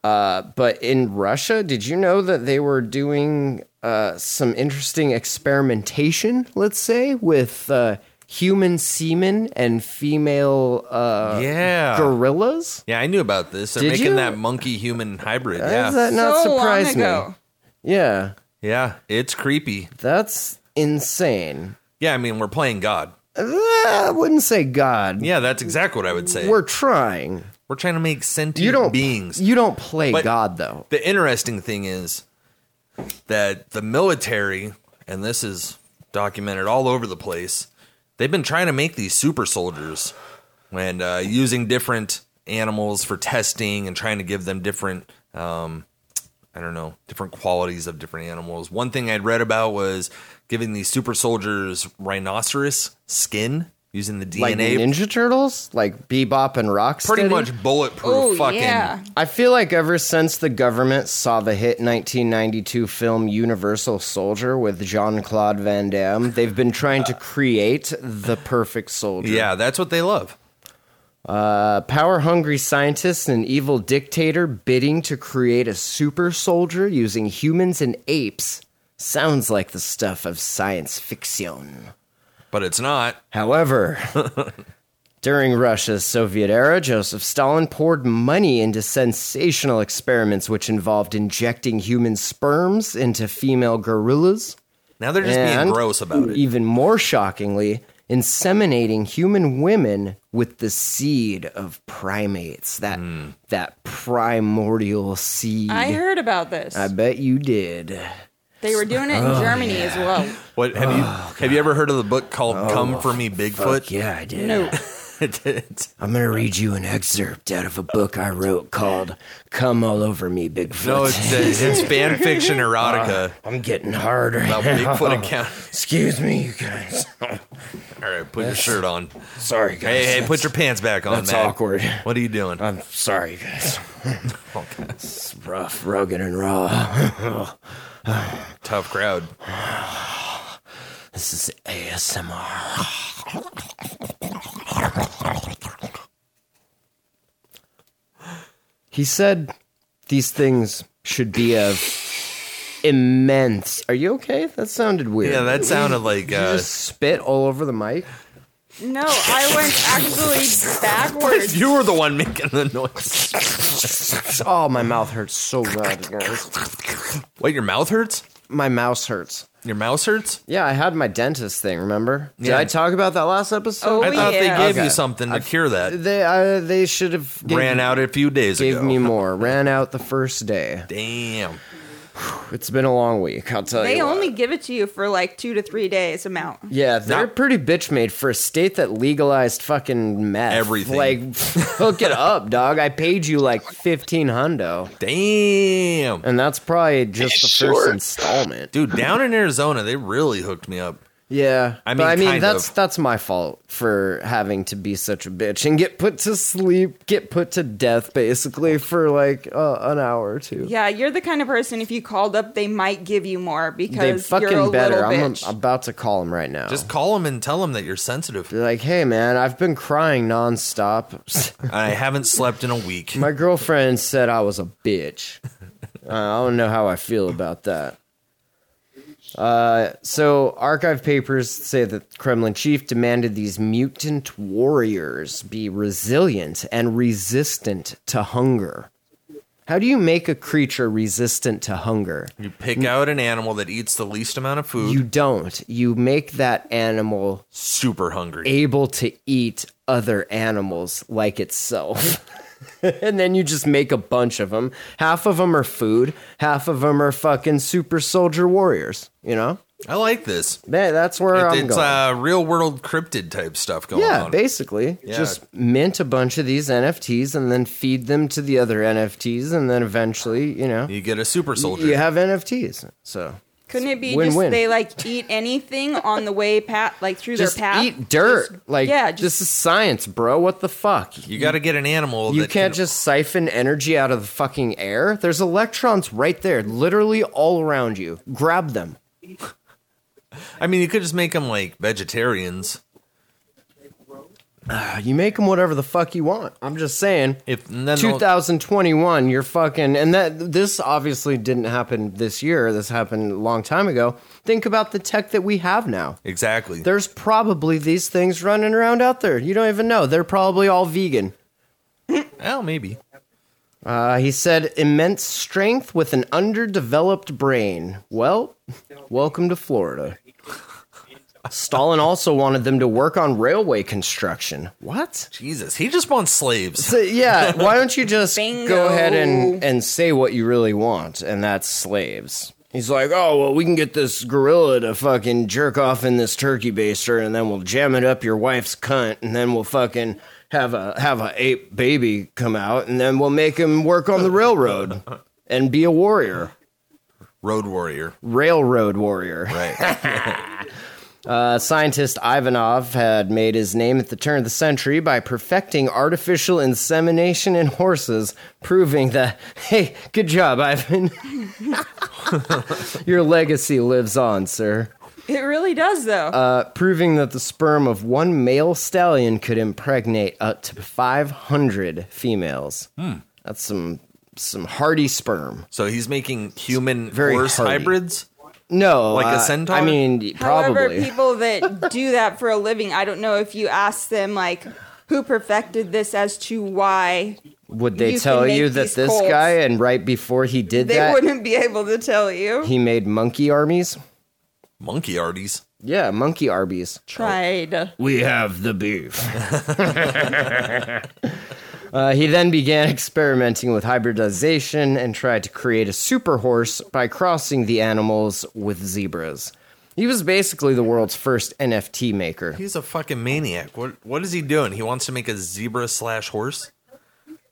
Uh, but in Russia, did you know that they were doing uh, some interesting experimentation? Let's say with uh, human semen and female uh,
yeah.
gorillas.
yeah, I knew about this. They're
Did
making
you?
that monkey human hybrid.
How
yeah.
does that not
so long
surprise me?
ago.
Yeah,
yeah. It's creepy.
that's insane. Uh,
Yeah, I mean, we're playing God.
I wouldn't say God.
Yeah, that's exactly what I would say.
We're
We're,
trying.
trying to make sentient
you don't
beings.
You don't play
But-
God though.
the interesting thing is that the military, and this is documented all over the place, they've been trying to make these super soldiers and uh, using different animals for testing and trying to give them different, um, I don't know, different qualities of different animals. One thing I'd read about was giving these super soldiers rhinoceros skin using the DNA.
Like Ninja Turtles, like Bebop and Rocksteady.
Pretty much bulletproof
Oh,
fucking
yeah.
I feel like ever since the government saw the hit 1992 film Universal Soldier with Jean Claude Van Damme, they've been trying to create the perfect soldier.
Yeah, that's what they love.
A power hungry scientist and an evil dictator bidding to create a super soldier using humans and apes sounds like the stuff of science fiction.
But it's not. [LAUGHS]
However, during Russia's Soviet era, Joseph Stalin poured money into sensational experiments which involved injecting human sperms into female gorillas.
Now they're just
and,
being gross about it.
Even more shockingly, inseminating human women with the seed of primates. That
Hmm.
that primordial seed.
I heard about this.
I Oh, bet you did.
they were doing it in Germany as well.
What have you have you ever heard of the book called "Come for Me, Bigfoot"? [LAUGHS]
Yeah, I did.
No.
It's-
I'm going to read you an excerpt out of a book I wrote called Come All Over Me, Bigfoot.
no, it's it's fan fiction erotica
I'm getting harder.
[LAUGHS] about
now.
Bigfoot account.
Excuse me, you guys.
All right, put your shirt on.
Sorry, guys.
Hey, hey, put your pants back on.
That's
Matt.
awkward.
What are you doing?
I'm sorry, you
[LAUGHS]
guys. It's rough, rugged, and raw. [LAUGHS]
Tough crowd.
This is ASMR. He said these things should be of immense. Are you okay? That sounded weird.
Yeah, that sounded like
Did you
uh,
just spit all over the mic.
No, I went actually
[LAUGHS]
backwards.
You were the one making the noise.
Oh, my mouth hurts so bad, guys.
What? Your mouth hurts?
My mouse hurts.
Your mouse hurts?
Yeah, I had my dentist thing. Remember? Did
Yeah.
I talk about that last episode?
Oh,
I thought
yeah.
they gave
Okay.
you something to cure that.
They uh, they should have gave-
Ran out a few days
Gave
ago.
me more. Ran out the first day.
Damn.
It's been a long week. I'll tell you.
They
what.
only give it to you for like two to three days amount.
Yeah, they're
Not-
pretty bitch made for a state that legalized fucking meth.
Everything.
Like, [LAUGHS] hook it up, dog. I paid you like fifteen hundo,
Damn.
and that's probably just the first
Sure.
installment.
Dude, down in Arizona, they really hooked me up.
Yeah,
I
but
mean,
I mean
kind
that's
of.
that's my fault for having to be such a bitch and get put to sleep, get put to death basically for like uh, an hour or two.
Yeah, you're the kind of person if you called up, they might give you more
they
because you're a
fucking better.
little
I'm,
bitch.
I'm about to call him right now.
Just call them and tell them that you're sensitive.
Be like, hey man, I've been crying nonstop. [LAUGHS]
I haven't slept in a week.
My girlfriend said I was a bitch. Uh, I don't know how I feel about that. Uh, so, archive papers say that the Kremlin chief demanded these mutant warriors be resilient and resistant to hunger. How do you make a creature resistant to hunger?
You pick out an animal that eats the least amount of food.
You don't. You make that animal
super hungry.
able to eat other animals like itself. [LAUGHS] and then you just make a bunch of them. Half of them are food, half of them are fucking super soldier warriors, you know?
I like this.
That, that's where I'm
it's
going.
uh, real world cryptid type stuff going
yeah,
on.
basically.
Yeah.
Just mint a bunch of these NFTs and then feed them to the other NFTs and then eventually, you know,
you get a super soldier.
you have NFTs. So
Couldn't it be
Win-win.
just they like eat anything on the way pat like through
just
their path?
eat dirt. like
yeah, just-
this is science, bro. What the fuck?
You got to get an animal.
You
that
can't
can-
just siphon energy out of the fucking air. There's electrons right there, literally all around you. Grab them.
I mean, you could just make them like vegetarians.
Uh, You make them whatever the fuck you want. I'm just saying.
If and then they'll-
2021, you're fucking, and that this obviously didn't happen this year. This happened a long time ago. Think about the tech that we have now.
exactly.
There's probably these things running around out there. You don't even know. They're probably all vegan.
Well, maybe.
Uh, he said, immense strength with an underdeveloped brain. Well, welcome to Florida. Stalin also wanted them to work on railway construction. What?
Jesus, he just wants slaves.
[LAUGHS] So, yeah, why don't you just go
Bingo.
ahead and, and say what you really want, and that's slaves. He's like, oh, well, we can get this gorilla to fucking jerk off in this turkey baster, and then we'll jam it up your wife's cunt, and then we'll fucking have a have a ape baby come out, and then we'll make him work on the railroad and be a warrior,
Road warrior,
railroad warrior.
right?
Uh, scientist Ivanov had made his name at the turn of the century by perfecting artificial insemination in horses, proving that, [LAUGHS] hey, good job, Ivan. Your legacy lives on, sir.
It really does though.
Uh, proving that the sperm of one male stallion could impregnate up to 500 females.
Hmm.
That's some some hardy sperm.
so he's making human
Very
horse
hardy.
hybrids.
No,
Like a
uh,
centaur?
I mean, probably.
However, people
[LAUGHS]
that do that for a living, I don't know if you ask them like who perfected this as to why
Would they
you can
tell
make
you that
these
this
colts.
guy and right before he did
they
that,
wouldn't be able to tell you.
he made monkey armies?
Monkey arties.
Yeah, monkey arby's.
Tried.
We have the beef. uh, he then began [LAUGHS] experimenting with hybridization and tried to create a super horse by crossing the animals with zebras. He was basically the world's first NFT maker.
He's a fucking maniac. What what is he doing? He wants to make a zebra slash horse.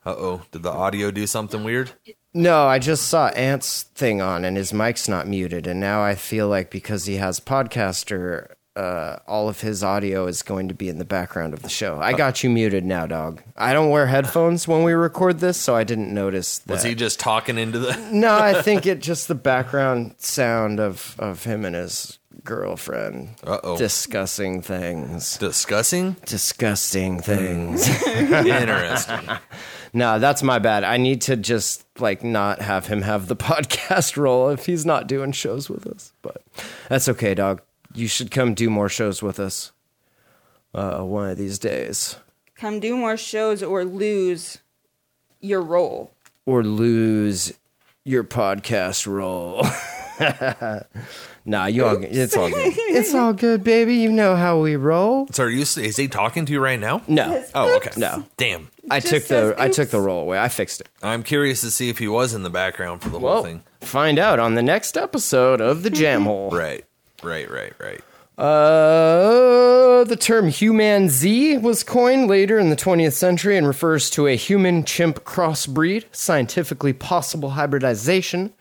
Uh oh, did the audio do something weird?
No, I just saw Ant's thing on and his mic's not muted, and now I feel like because he has podcaster, uh, all of his audio is going to be in the background of the show. I got you muted now, dog. I don't wear headphones when we record this, so I didn't notice that.
Was he just talking
[LAUGHS]
into the?
no, I think it just the background sound of of him and his girlfriend
Uh-oh.
discussing things,
Discussing?
disgusting things. [LAUGHS]
Interesting.
No, that's my bad. I need to just like not have him have the [LAUGHS] podcast role if he's not doing shows with us. But that's okay, dog. You should come do more shows with us. uh, one of these days,
Come do more shows or lose your role.
or lose your podcast role. [LAUGHS] nah, you all, it's all good. [LAUGHS] It's all good, baby. You know how we roll.
So are you? Is he talking to you right now?
No,
Oh, okay.
No.
Damn.
I
Just
took the
says
I took
oops.
the roll away. I fixed it.
I'm curious to see if he was in the background for the whole
Well,
thing.
find out on the next episode of the Jam Hole.
Right. Right. Right. Right.
Uh, the term human Z was coined later in the 20th century and refers to a human chimp crossbreed, scientifically possible hybridization.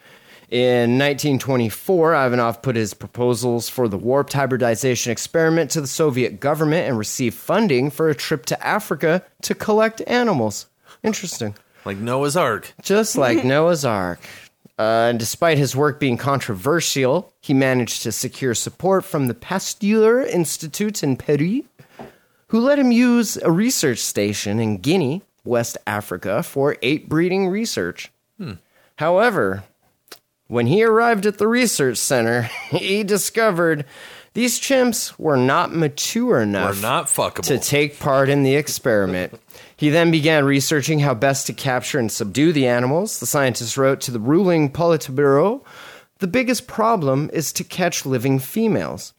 In 1924, Ivanov put his proposals for the warped hybridization experiment to the Soviet government and received funding for a trip to Africa to collect animals. Interesting
Like Noah's Ark.
just like Noah's Ark. Uh, and despite his work being controversial, he managed to secure support from the Pasteur Institute in Peru, who let him use a research station in Guinea, West Africa, for ape breeding research. However, when he arrived at the research center, [LAUGHS] he discovered these chimps were not mature
Are
enough
not fuckable.
to take part in the experiment. He then began researching how best to capture and subdue the animals. The scientist wrote to the ruling Politburo The biggest problem is to catch living females.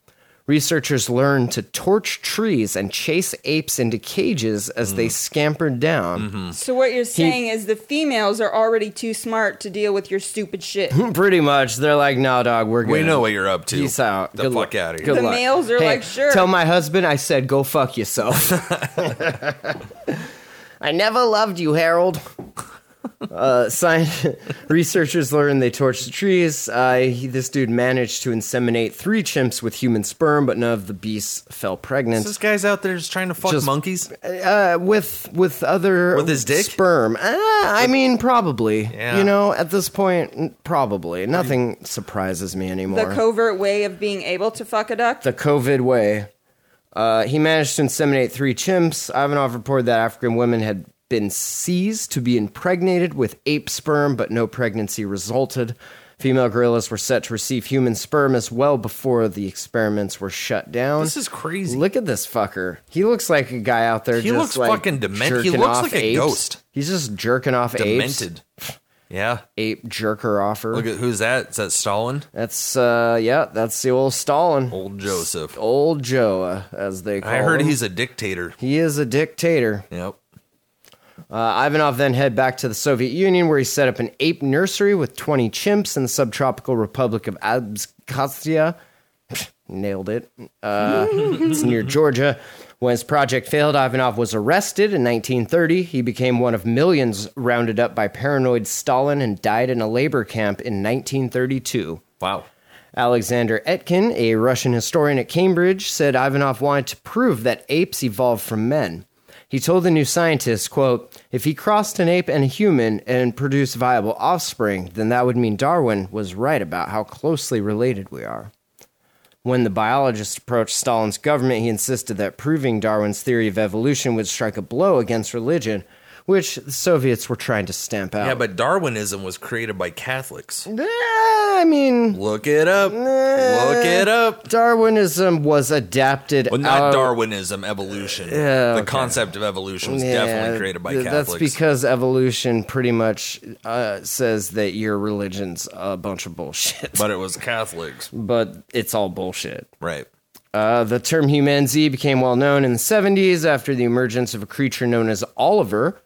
Researchers learned to torch trees and chase apes into cages as
Mm.
they scampered down.
Mm-hmm.
So what you're saying is the females are already too smart to deal with your stupid shit.
[LAUGHS] Pretty much, they're like, "Nah, dog, we're good.
we know what you're up to.
Peace out.
The
Good
fuck
luck.
out of here.
Good
The
luck.
males are
Hey,
like, sure.
Tell my husband I said, go fuck
[LAUGHS]
yourself. [LAUGHS] I never loved you, Harold. Uh, sci- [LAUGHS] researchers learned they torched the trees. Uh, he, this dude managed to inseminate three chimps with human sperm, but none of the beasts fell pregnant.
This guy's out there just trying to fuck
Just-
monkeys.
Uh, with with other
With his dick?
sperm. Uh, I mean, probably.
Yeah.
You know, at this point, n- probably nothing surprises me anymore.
the covert way of being able to fuck a duck.
the COVID way. Uh, he managed to inseminate three chimps. Ivanov reported that African women had been seized to be impregnated with ape sperm, but no pregnancy resulted. Female gorillas were set to receive human sperm as well before the experiments were shut down.
This is crazy.
Look at this fucker. He looks like a guy out there.
He
just
looks
like
fucking dement- he
jerking
looks
off
like a
apes.
ghost.
He's just jerking off apes.
Demented. Yeah.
Ape jerker offer.
Look at who's that? Is that Stalin?
that's uh, yeah. That's the old Stalin, old,
Old Joseph.
Joe, uh, as they call.
I heard
him.
he's a dictator.
He is a dictator.
Yep.
Uh, Ivanov then head back to the Soviet Union, where he set up an ape nursery with 20 chimps in the subtropical republic of Abkhazia. [LAUGHS] Nailed it. Uh, it's near Georgia. When his project failed, Ivanov was arrested in 1930. He became one of millions rounded up by paranoid Stalin and died in a labor camp in 1932.
Wow.
Alexander Etkin, a Russian historian at Cambridge, said Ivanov wanted to prove that apes evolved from men. He told the new scientist, quote, if he crossed an ape and a human and produced viable offspring, then that would mean Darwin was right about how closely related we are. When the biologist approached Stalin's government, he insisted that proving Darwin's theory of evolution would strike a blow against religion, which the Soviets were trying to stamp out.
Yeah, but Darwinism was created by Catholics.
Eh, I mean, eh,
Look it up. Look it up.
Darwinism was adapted.
Well, not
out-
Darwinism, evolution. The concept of evolution was definitely created by
th-
Catholics.
That's because evolution pretty much uh, says that your religion's a bunch of bullshit,
but it was Catholics.
but it's all bullshit.
Right.
Uh, the term human Z became well known in the 70s after the emergence of a creature known as Oliver,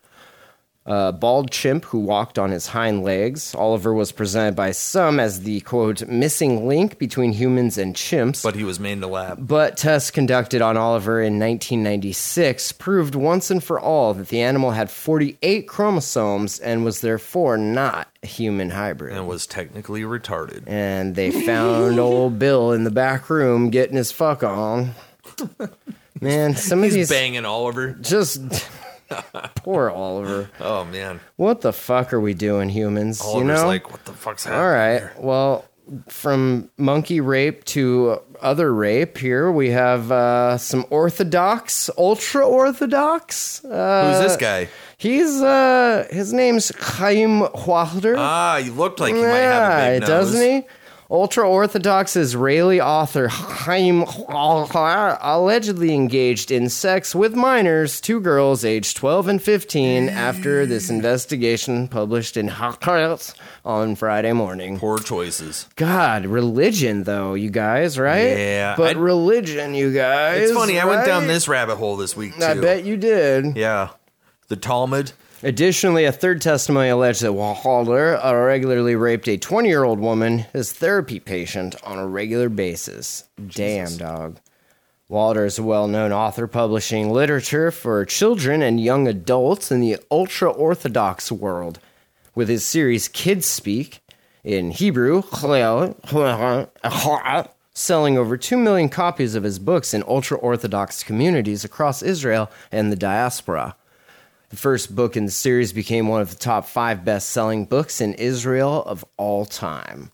a bald chimp who walked on his hind legs. Oliver was presented by some as the quote missing link between humans and chimps.
But he was made in a lab.
But tests conducted on Oliver in 1996 proved once and for all that the animal had 48 chromosomes and was therefore not a human hybrid.
And was technically retarded.
And they
[LAUGHS]
found old Bill in the back room getting his fuck on.
[LAUGHS]
Man, some of
He's
these
banging Oliver.
just [LAUGHS] poor Oliver.
Oh man.
What the fuck are we doing, humans?
Oliver's
you know,
like, what the fuck's happening?
All right.
here?
Well, from monkey rape to other rape, here we have uh, some orthodox, ultra orthodox. Uh,
Who's this guy?
he's uh, his name's Chaim Wilder.
Ah, you looked like you might have a big nose.
doesn't he? Ultra Orthodox Israeli author Chaim allegedly engaged in sex with minors, two girls aged 12 and 15, after this investigation published in Haaretz on Friday morning.
Poor choices.
God, religion, though, you guys, right?
Yeah,
But
I-
religion, you guys.
It's funny. I went down
right?
this rabbit hole this week too.
I bet you did.
Yeah, the Talmud.
Additionally, a third testimony alleged that Walhalder uh, regularly raped a 20 year old woman, his therapy patient, on a regular basis. Damn, dog. Walder is a well known author publishing literature for children and young adults in the ultra Orthodox world. With his series Kids Speak in Hebrew, selling over 2 million copies of his books in ultra Orthodox communities across Israel and the diaspora. The first book in the series became one of the top five best selling books in Israel of all time.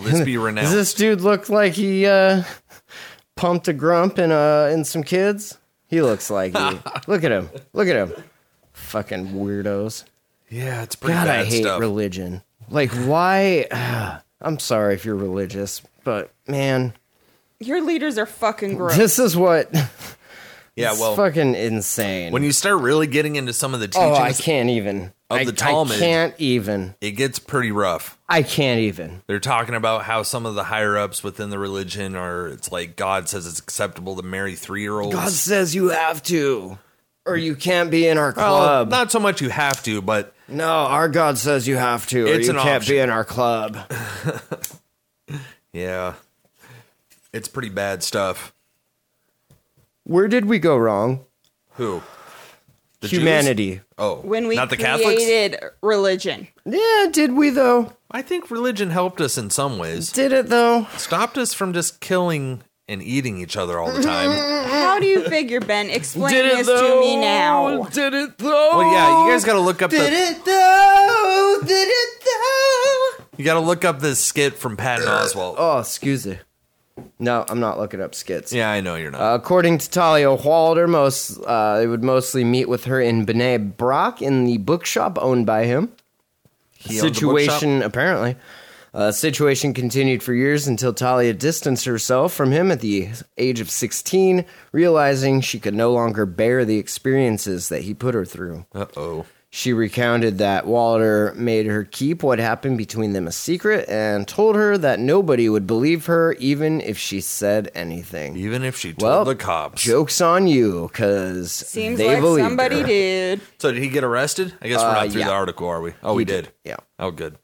[LAUGHS]
this be
Does
renounced?
this dude look like he uh, [LAUGHS] pumped a grump in, uh, in some kids? He looks like
[LAUGHS]
he. look at him. Look at him. Fucking weirdos.
yeah, it's pretty
God,
bad
I hate
stuff.
religion. Like, why? [SIGHS] I'm sorry if you're religious, but man,
Your leaders are fucking gross.
this is what. [LAUGHS]
yeah,
it's
well,
fucking insane.
when you start really getting into some of the teachings,
oh, I can't even.
Of
I,
the Talmud.
I can't even.
it gets pretty rough.
I can't even.
They're talking about how some of the higher ups within the religion are. It's like God says it's acceptable to marry three year olds.
God says you have to, or you can't be in our
Well,
club.
not so much you have to, but
no, our God says you have to, or
It's
you
an
can't
option.
be in our club.
yeah, it's pretty bad stuff.
Where did we go wrong?
Who? The Jews?
Humanity.
Oh,
when we
not the Catholics.
created religion.
Yeah, did we though?
I think religion helped us in some ways.
Did it though?
Stopped us from just killing and eating each other all the time.
How do you figure, Ben? Explain
Did it
this
though?
to me now.
Did it though?
Well, yeah, you guys got to look up
Did
the
it though? Did it though?
you got to look up this skit from Patton Oswalt.
Oh, excuse me. No, I'm not looking up skits.
Yeah, I know you're not.
According to Talia Walder, most uh, they would mostly meet with her in B'nai Brock in the bookshop owned by him.
He owned the
situation apparently. Uh, situation continued for years until Talia distanced herself from him at the age of 16, realizing she could no longer bear the experiences that he put her through.
bookshop. Uh oh.
She recounted that Walter made her keep what happened between them a secret and told her that nobody would believe her even if she said anything.
Even if she told
Well,
the cops.
Joke's on you, because
Seems
they
like
believed
somebody
her.
did.
So did he get arrested? I guess we're
Uh,
not through
yeah.
the article, are we? Oh, we did.
Yeah.
Oh, good.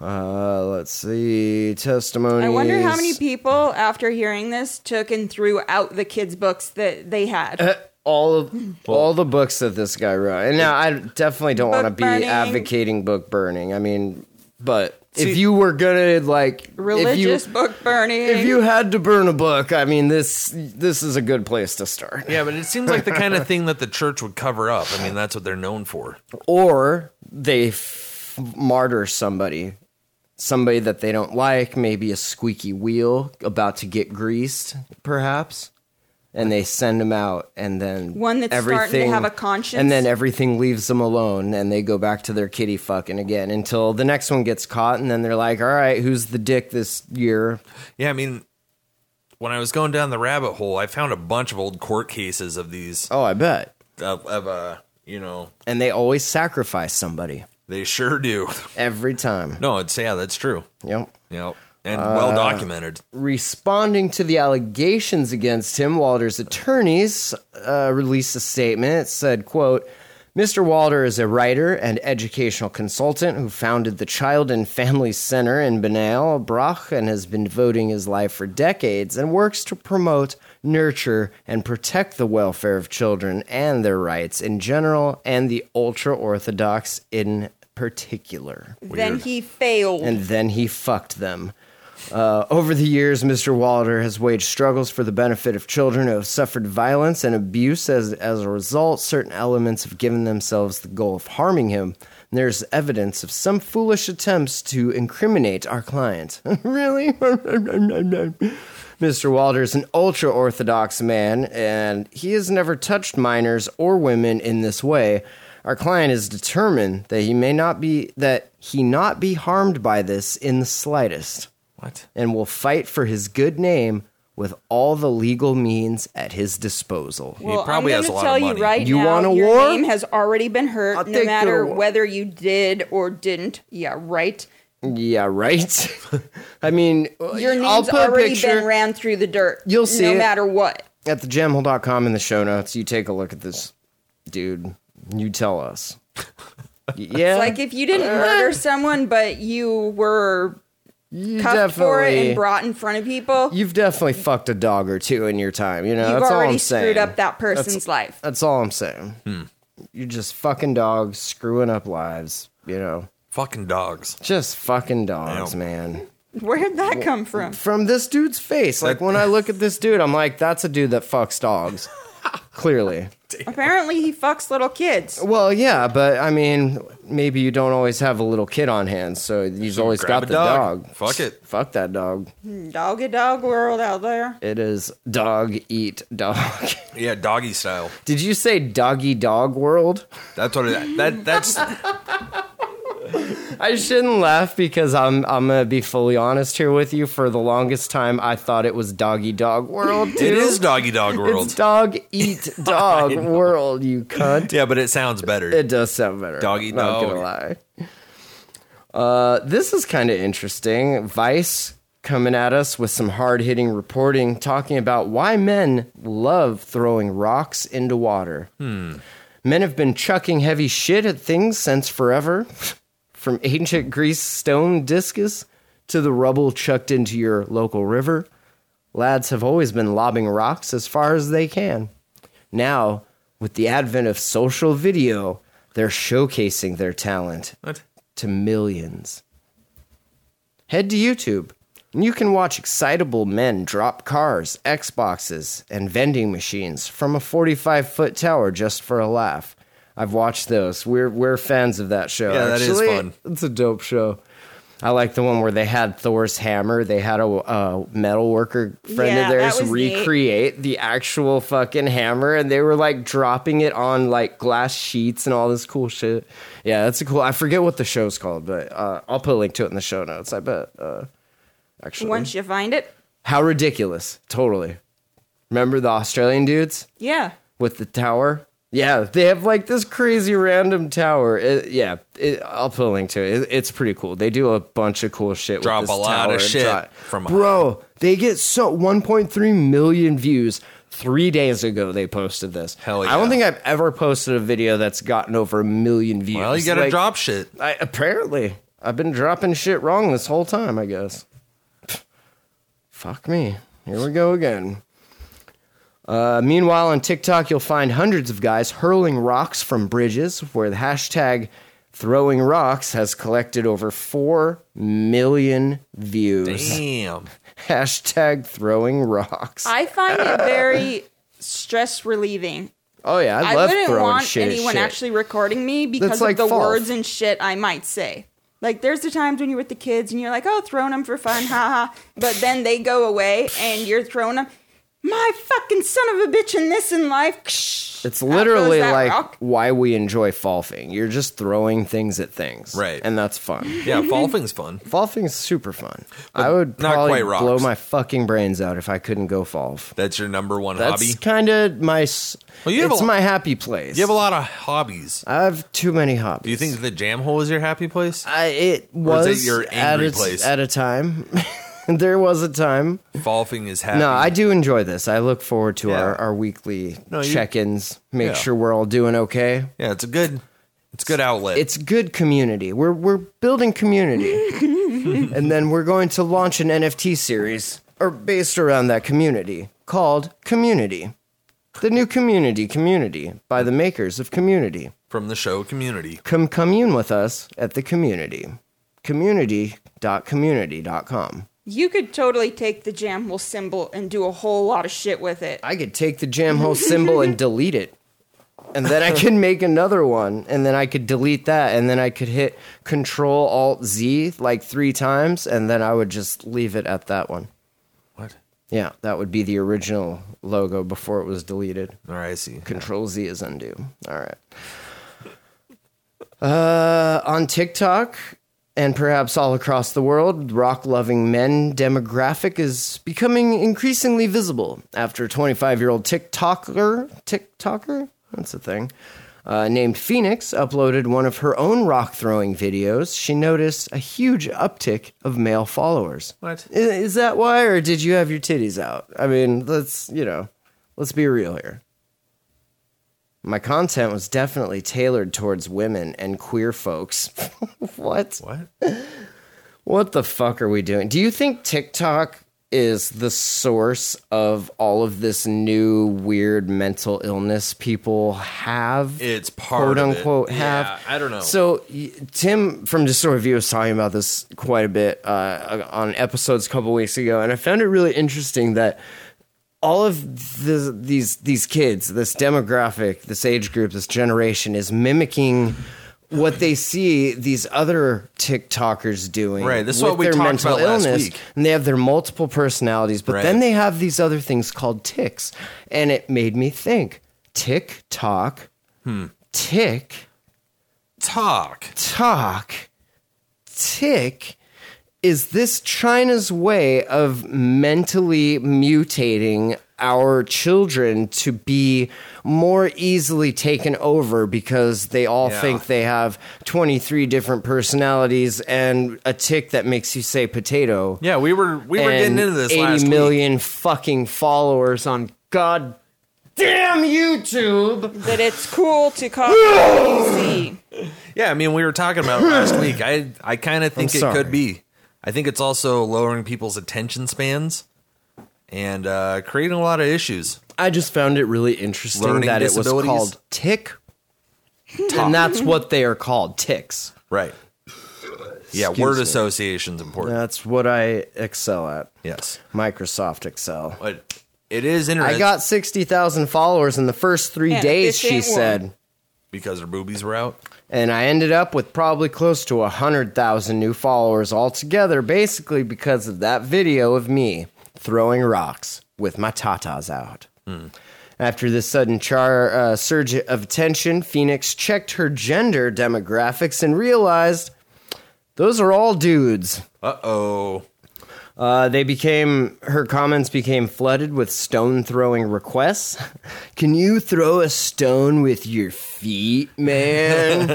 Uh, let's see. Testimony.
I wonder how many people, after hearing this, took and threw out the kids' books that they
Uh,
had.
all of all the books that this guy wrote. And now I definitely don't want to
Book
be
burning.
advocating book burning. I mean, but
See-
if you were gonna like
Religious
if you,
book burning.
if you had to burn a book, I mean this this is a good place to start.
Yeah, but it seems like the kind of thing that the church would cover up. I mean, that's what they're known for.
Or they f- martyr somebody. Somebody that they don't like, maybe a squeaky wheel about to get greased, perhaps, and they send them out, and then
One that's starting to
everything-
have a conscience.
and then everything leaves them alone and they go back to their kitty fucking again until the next one gets caught and then they're like all right who's the dick this year
Yeah, I mean, when I was going down the rabbit hole, I found a bunch of old court cases of these
oh i bet
of, of uh, you know,
and they always sacrifice somebody
they sure do. [LAUGHS]
every time
No, it's yeah, that's true.
yep Uh,
Yep. And well documented.
responding to the allegations against him walter's attorneys uh, released a statement it said quote mr walter is a writer and educational consultant who founded the child and family center in benal brach and has been devoting his life for decades and works to promote nurture and protect the welfare of children and their rights in general and the ultra-orthodox in particular
then he failed.
and then he fucked them. Uh, over the years, Mr. Walter has waged struggles for the benefit of children who have suffered violence and abuse. As, as a result, certain elements have given themselves the goal of harming him. And there's evidence of some foolish attempts to incriminate our client. [LAUGHS] really? Mr. Walter is an ultra orthodox man, and he has never touched minors or women in this way. Our client is determined that he may not be that he not be harmed by this in the slightest.
What?
and will fight for his good name with all the legal means at his disposal.
Well,
probably
I'm
has a
gonna
lot of
tell
money.
you right
You
now,
want a
your
war?
name has already been hurt,
I'll
no
take your
matter
war.
whether you did or didn't. Yeah, right.
Yeah, right. [LAUGHS] I mean,
Your name's
I'll put a
already
picture
been ran through the dirt.
You'll see
no
it.
matter what.
at thejamhole.com in the show notes. You take a look at this dude. You tell us. Y- yeah,
It's like if you didn't
Uh,
murder someone, but you were
you
cuffed for it
definitely-
and brought in front of people,
You've definitely fucked a dog or two in your time. You know,
you've
that's all
already
I'm saying.
screwed up that person's life. [LAUGHS]
That's all I'm saying. You're just fucking dogs, screwing up lives. You know,
Fucking dogs.
just fucking dogs,
Ow.
man.
Where did that come
[LAUGHS]
from?
From this dude's face, like
That-
when I look at this dude, I'm like, that's a dude that fucks
[LAUGHS]
dogs. Clearly.
Apparently, he fucks little kids.
Well, yeah, but I mean, maybe you don't always have a little kid on hand, so he's always got
grab a
the
dog.
dog.
Fuck it.
Fuck that dog.
Dog a dog world out there.
It is dog eat dog. [LAUGHS]
Yeah, doggy style.
Did you say doggy dog
[LAUGHS]
world?
That's what it,
[LAUGHS]
that that's
I shouldn't laugh because I'm I'm gonna be fully honest here with you. For the longest time, I thought it was doggy dog world.
it
dude.
is doggy dog world.
It's dog
[LAUGHS]
eat dog world. You cunt.
yeah, but it sounds better.
It does sound better.
Dog eat
Not
dog.
gonna lie. Uh, this is kind of interesting. Vice coming at us with some hard hitting reporting, talking about why men love throwing rocks into water. Men have been chucking heavy shit at things since forever, [LAUGHS] from ancient Greece stone discus to the rubble chucked into your local river. Lads have always been lobbing rocks as far as they can. Now, with the advent of social video, they're showcasing their talent
What?
to millions. Head to YouTube, and you can watch excitable men drop cars, Xboxes, and vending machines from a 45 foot tower just for a laugh. I've watched those. We're, we're fans of that show.
Yeah, that is
actually.
fun.
It's a dope show. I like the one where they had Thor's hammer. They had a, a metal worker friend
Yeah,
of theirs
that was neat.
recreate the actual fucking hammer, and they were like dropping it on like glass sheets and all this cool shit. Yeah, that's a cool. I forget what the show's called, but uh, I'll put a link to it in the show notes. I bet. Uh, actually,
Once you find it,
how ridiculous! Totally. Remember the Australian dudes
yeah.
with the tower? Yeah, they have like this crazy random tower. It- yeah, it, I'll put a link to it. It- It's pretty cool. They do a bunch of cool shit.
Drop
with
a
this
lot
tower
of
and
shit
dri-
from-
bro. They get so 1.3 million views. Three days ago, they posted this.
Hell
I don't
yeah.
think I've ever posted a video that's gotten over a million views.
well, you gotta
Like, [LAUGHS]
drop shit.
I, apparently, I've been dropping shit wrong this whole time. I guess. Pfft. Fuck me. Here we go again. Uh, meanwhile, on TikTok, you'll find hundreds of guys hurling rocks from bridges, where the hashtag throwing rocks has collected over 4 million views.
Damn.
Hashtag throwing rocks.
I find it very
[LAUGHS]
stress relieving.
oh, yeah, I
I,
love
wouldn't
throwing
want
shit. at
anyone
shit.
actually recording me because
like
of the
false.
words and shit I might say. Like, there's the times when you're with the kids and you're like, oh, throwing them for fun, haha. But then they go away and you're throwing them. My fucking son of a bitch in this in life.
It's
Out goes
literally
that
like
rock.
why we enjoy falfing. You're just throwing things at things.
Right.
And that's fun. [LAUGHS]
Yeah, golfing's fun.
Golfing's super fun. I would
not
probably
quite rocks.
blow my fucking brains out if I couldn't go golf.
That's your number one hobby.
That's kind of my. s-
Well, you have
it's
a-
my happy place.
You have a lot of hobbies.
I have too many hobbies.
Do you think the jam hole is your happy place?
I, it
is
was
it your
at,
angry
a,
place?
at a time? [LAUGHS] there was a time.
Golfing is happy.
No, I do enjoy this. I look forward to
Yeah.
our, our weekly
No, you-
check-ins. Make
Yeah.
sure we're all doing okay.
Yeah, it's a good, it's a good outlet.
it's good community. We're we're building community, and then we're going to launch an NFT series or based around that community called Community, the new community community by the makers of Community.
from the show community.
Come commune with us at the community, community.community.com.
You could totally take the jam hole symbol and do a whole lot of shit with it.
I could take the jam hole symbol and delete it. And then I could make another one, and then I could delete that, and then I could hit Control Alt Z like three times, and then I would just leave it at that one.
What?
Yeah, that would be the original logo before it was deleted.
All right, I see.
Control Z is undo. All right. Uh, on TikTok, and perhaps all across the world, rock loving men demographic is becoming increasingly visible after a 25 year old TikToker, TikToker? That's a thing. Uh, named Phoenix uploaded one of her own rock throwing videos. She noticed a huge uptick of male followers.
What?
I- Is, that why, or did you have your titties out? I mean, let's, you know, let's be real here. My content was definitely tailored towards women and queer folks. [LAUGHS] what?
What?
What the fuck are we doing? Do you think TikTok is the source of all of this new weird mental illness people have?
It's part
quote
of it.
unquote
Yeah,
have.
I don't know.
So y- Tim from Distort Review was talking about this quite a bit uh, on episodes a couple weeks ago, and I found it really interesting that all of the, these these kids, this demographic, this age group, this generation is mimicking what they see these other TikTokers doing.
Right, this is
with
what we
their
talked
mental
about last
illness,
week.
and they have their multiple personalities, but
Right.
then they have these other things called ticks, and it made me think TikTok,
Hmm.
tick
Talk.
talk tick is this china's way of mentally mutating our children to be more easily taken over because they all
Yeah.
think they have 23 different personalities and a tick that makes you say potato
Yeah, we were we were
and
getting into this
80
last week.
million fucking followers on god damn youtube
That it's cool to
[SIGHS]
call it easy.
Yeah, I mean, we were talking about
[LAUGHS]
it last week. I I kind of think
I'm
it
sorry.
could be. I think it's also lowering people's attention spans and uh, creating a lot of issues.
I just found it really interesting
Learning
that it was
disabilities?
called tick, and that's what they are called ticks.
Right. Yeah,
Excuse
word
me.
association's important.
That's what I excel at.
yes.
Microsoft Excel.
But it is internet
I got sixty thousand followers in the first three
And
days. She
efficient
said,
one.
because her boobies were out.
and I ended up with probably close to hundred thousand new followers altogether, basically because of that video of me throwing rocks with my tatas out. After this sudden char, uh, surge of attention, Phoenix checked her gender demographics and realized those are all dudes.
Uh oh.
Uh, they became her comments became flooded with stone throwing requests. [LAUGHS] Can you throw a stone with your feet, man?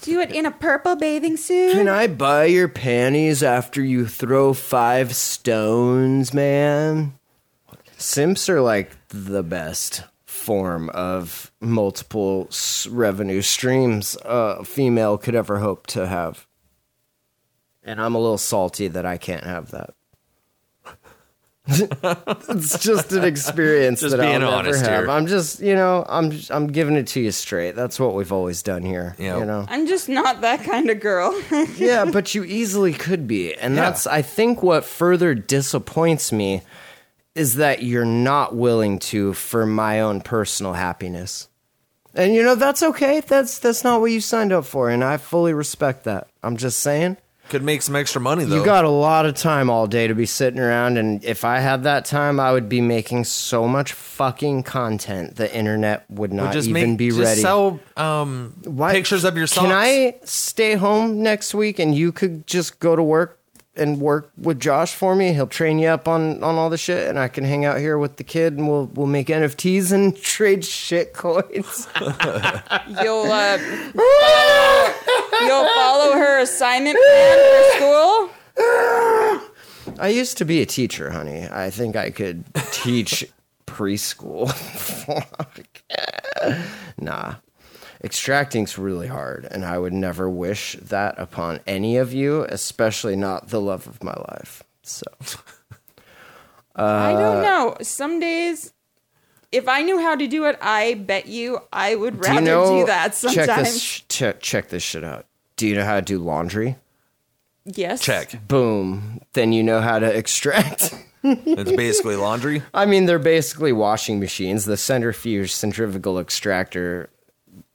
Do it in a purple bathing suit.
Can I buy your panties after you throw five stones, man? Simps are like the best form of multiple s- revenue streams a female could ever hope to have. And I'm a little salty that I can't have that. [LAUGHS] it's just an experience
Just
that I'll
being
never
honest
have.
here.
I'm just, you know, I'm I'm giving it to you straight. That's what we've always done here.
Yeah.
You know.
I'm just not that kind of girl. [LAUGHS]
yeah, but you easily could be. And that's, I think, what further disappoints me is that you're not willing to for my own personal happiness. And you know that's okay. That's that's not what you signed up for, and I fully respect that. I'm just saying,
Could make some extra money though.
you got a lot of time all day to be sitting around, and if I had that time, I would be making so much fucking content the internet would not
just
even
make
be
just
ready.
sell um
Why-
pictures of your socks.
Can I stay home next week and you could just go to work and work with Josh for me? He'll train you up on on all the shit, and I can hang out here with the kid, and we'll we'll make NFTs and [LAUGHS] trade shit
[LAUGHS]
coins.
You'll uh, follow, you'll follow her assignment plan for school.
I used to be a teacher, honey. I think I could teach preschool. [LAUGHS] Fuck. nah. Extracting's really hard, and I would never wish that upon any of you, especially not the love of my life. So. Uh,
I don't know. Some days, if I knew how to do it, I bet you I would rather do, that sometimes.
Check this, sh- check, check this shit out. Do you know how to do laundry?
yes.
check?
Boom. Then you know how to [LAUGHS] extract.
It's
[LAUGHS]
basically laundry.
I mean, they're basically washing machines. The centrifuge, centrifugal extractor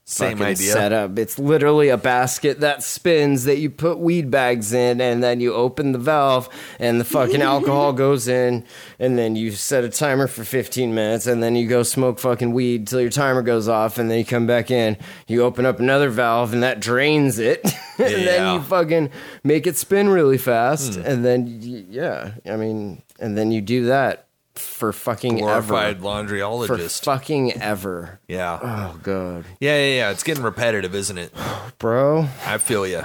Same
fucking
idea.
setup. It's literally a basket that spins that you put weed bags in, and then you open the valve, and the fucking
[LAUGHS]
alcohol goes in, and then you set a timer for 15 minutes, and then you go smoke fucking weed till your timer goes off, and then you come back in. You open up another valve, and that drains it. [LAUGHS] and then
Yeah. Hmm.
you fucking make it spin really fast, and then y yeah, I mean, and then you do that for fucking
glorified
ever, for
laundryologist.
fucking ever.
yeah.
Oh god,
Yeah, yeah, yeah. It's getting repetitive, isn't it?
bro!
I feel you.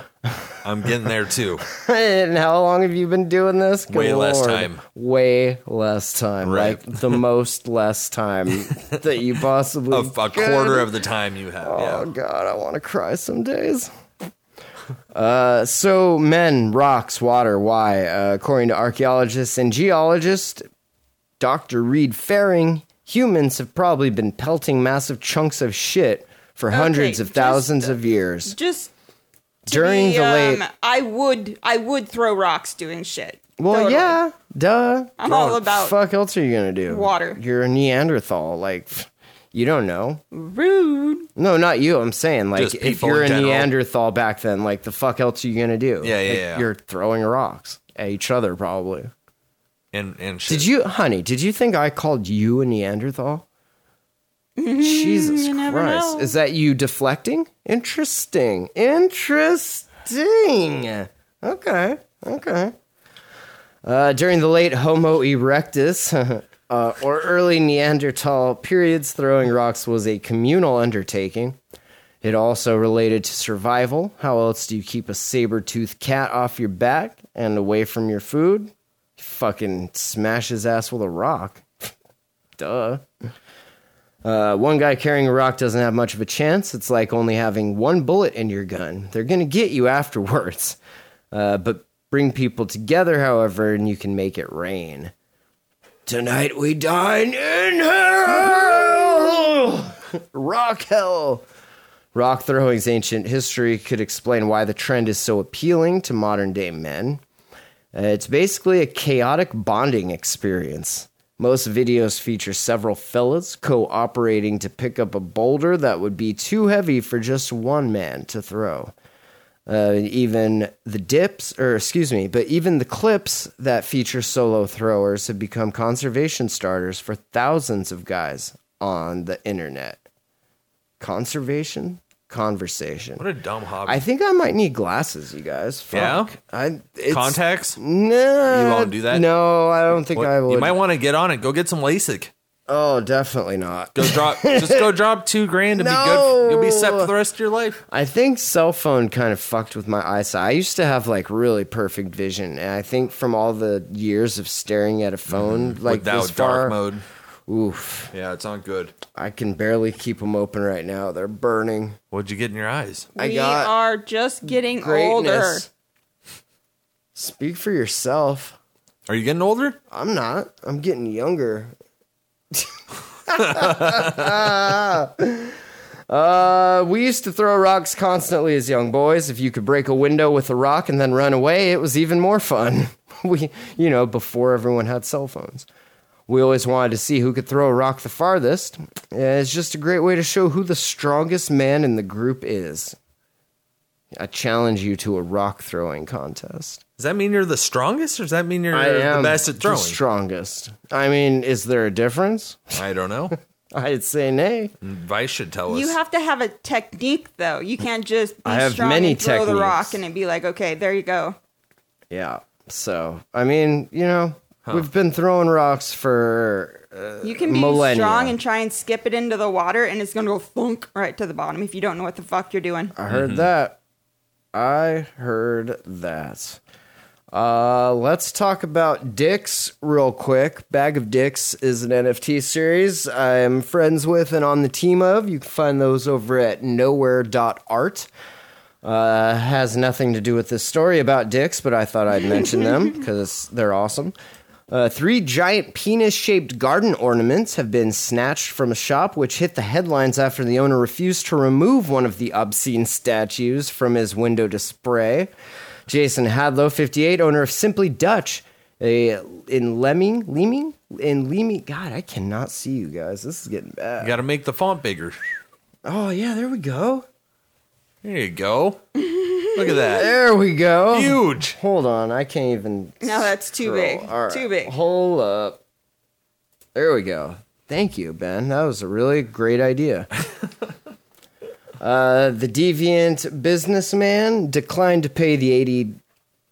I'm getting there too.
and how long have you been doing this? Good
Way less time.
Way less time.
Right.
Like the most less
[LAUGHS]
time that you possibly
A, a quarter of the time you have.
Oh
Yeah.
God, I want to cry some days. Uh, so men, rocks, water. Why? Uh, according to archaeologists and geologists, Dr. Reed Faring, humans have probably been pelting massive chunks of shit for hundreds of
just-
thousands of years.
Just to
During
be,
the late-
um, I would I would throw rocks doing shit.
Well,
Totally.
yeah, duh.
I'm all about
fuck else are you gonna do?
water.
You're a Neanderthal. Like, pff, you don't know.
rude.
No, not you. I'm saying like
Just
if
people
you're a
in general.
Neanderthal back then, like the fuck else are you gonna do?
Yeah, yeah,
Like,
yeah.
You're throwing rocks at each other probably.
And and shit.
Did you, honey? Did you think I called you a Neanderthal? Jesus Christ!
know.
Is that you deflecting? Interesting. Interesting. Okay. Okay. Uh, during the late Homo erectus [LAUGHS] uh, or early Neanderthal periods, throwing rocks was a communal undertaking. It also related to survival. How else do you keep a saber toothed cat off your back and away from your food? Fucking smash his ass with a rock. [LAUGHS] Duh. Uh, one guy carrying a rock doesn't have much of a chance. It's like only having one bullet in your gun. They're going to get you [LAUGHS] afterwards. Uh, but bring people together, however, and you can make it rain. Tonight we dine in hell! [LAUGHS] rock hell! Rock throwing's ancient history could explain why the trend is so appealing to modern day men. Uh, It's basically a chaotic bonding experience. Most videos feature several fellas cooperating to pick up a boulder that would be too heavy for just one man to throw. Uh, even the dips, or excuse me, but even the clips that feature solo throwers have become conservation starters for thousands of guys on the internet. Conservation? Conversation.
What a dumb hobby.
I think I might need glasses, you guys. Fuck.
Yeah?
I, it's,
Contacts.
No.
You won't do that?
No, I don't think
What-
I would.
You might want to get on it. Go get some LASIK.
oh, definitely not.
Go drop.
[LAUGHS]
just go drop two grand and be
No.
good. You'll be set for the rest of your life.
I think cell phone kind of fucked with my eyesight. I used to have like really perfect vision, and I think from all the years of staring at a phone like
Mm-hmm. Without
this
dark
far,
mode.
oof,
Yeah, it's not good.
I can barely keep them open right now. They're burning.
What'd you get in your eyes?
I
we
got
are just getting older.
Greatness. Speak for yourself.
Are you getting older?
I'm not. I'm getting younger. [LAUGHS] uh, we used to throw rocks constantly as young boys. If you could break a window with a rock and then run away, it was even more fun. [LAUGHS] We, you know, before everyone had cell phones. We always wanted to see who could throw a rock the farthest. Yeah, It's just a great way to show who the strongest man in the group is. I challenge you to a rock throwing contest.
Does that mean you're the strongest, or does that mean you're
I am
the best at
the
throwing?
strongest. I mean, is there a difference? [LAUGHS]
I don't know.
I'd say nay.
Vice should tell us.
You have to have a technique though. You can't just be
I have
strong
many
and throw the
techniques.
rock and it be like, okay, there you go.
Yeah. So, I mean, you know, we've been throwing rocks for. Uh,
You can be
millennia.
strong and try and skip it into the water and it's gonna go thunk right to the bottom if you don't know what the fuck you're doing.
[LAUGHS] I
Mm-hmm.
heard that. I heard that. Uh, let's talk about dicks real quick. Bag of Dicks is an NFT series I'm friends with and on the team of. You can find those over at nowhere.art. Uh, has nothing to do with this story about dicks, but I thought I'd mention them because they're awesome. Uh, three giant penis shaped garden ornaments have been snatched from a shop which hit the headlines after the owner refused to remove one of the obscene statues from his window display. Jason Hadlow, 58, owner of Simply Dutch, a, in Lemming, Leeming? In Leeming. God, I cannot see you guys. This is getting bad.
You got to make the font bigger.
Oh, yeah, there we go.
There you go. Look at that.
There we go.
Huge.
Hold on, I can't even.
No, that's too big.
All right,
Too big.
Hold up.
[LAUGHS]
There we go. Thank you, Ben. That was a really great idea. Uh, the deviant businessman declined to pay the 80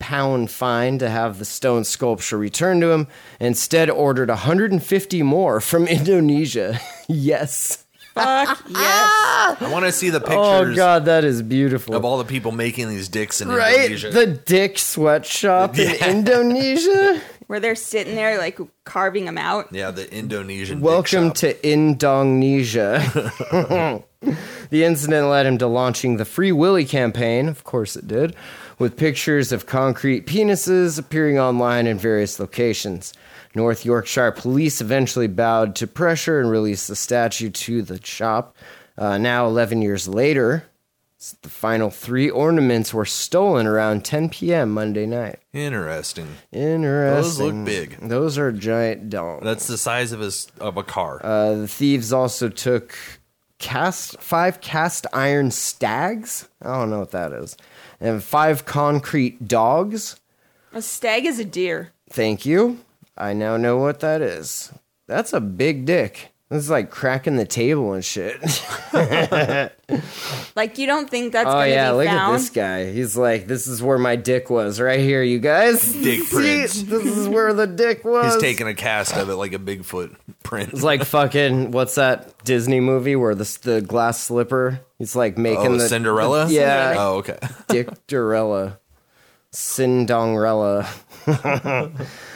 pound fine to have the stone sculpture returned to him, instead, ordered 150 more from [LAUGHS] Indonesia. yes.
Fuck yes.
I want to see the pictures
Oh, God, that is beautiful.
of all the people making these dicks in
right?
Indonesia.
The dick sweatshop
[LAUGHS] Yeah.
in Indonesia.
Where they're sitting there like carving them out.
yeah, the Indonesian. dick
Welcome
shop.
to Indonesia. [LAUGHS] the incident led him to launching the Free Willy campaign, of course it did, with pictures of concrete penises appearing online in various locations. North Yorkshire police eventually bowed to pressure and released the statue to the shop. Uh, now, 11 years later, s- the final three ornaments were stolen around 10 p.m. Monday night.
Interesting.
Interesting.
big.
Those are giant dongs.
That's the size of a s- of a car.
Uh, the thieves also took cast five cast iron stags. I don't know what that is, and five concrete dogs.
A stag is a deer.
Thank you. I now know what that is. That's a big dick. This is like cracking the table and shit. [LAUGHS]
Like you don't think that's
oh
gonna
yeah,
be
look
found.
at this guy. He's like, this is where my dick was, right here, you guys.
[LAUGHS]
Dick
See?
prints.
This is where the dick was.
He's taking a cast of it like a Bigfoot print.
It's like fucking what's that Disney movie where the the glass slipper? He's like making
oh,
the
Cinderella.
the- yeah.
Oh, okay. [LAUGHS]
Dick Dorella. Sindongrella.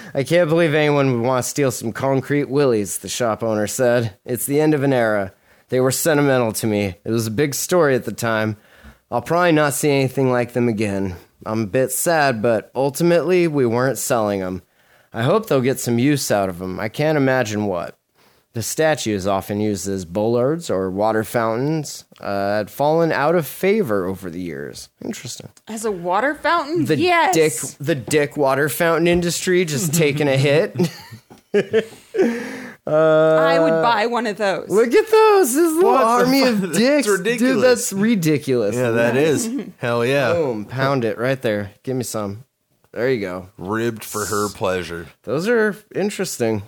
[LAUGHS] I can't believe anyone would want to steal some concrete willies, the shop owner said. It's the end of an era. They were sentimental to me. It was a big story at the time. I'll probably not see anything like them again. I'm a bit sad, but ultimately, we weren't selling them. I hope they'll get some use out of them. I can't imagine what. The statue is often used as bollards or water fountains. Uh, had fallen out of favor over the years. Interesting.
As a water fountain?
The
yes.
dick, the dick water fountain industry just [LAUGHS] taking a hit.
I would buy one of those.
uh, Look at those! This little
What the
army
fu-
of
[LAUGHS] That's
dicks, dude.
ridiculous.
That's ridiculous.
Yeah, that is. Hell yeah.
Boom! Pound it right there. Give me some. There you go.
Ribbed for her pleasure.
Those are interesting.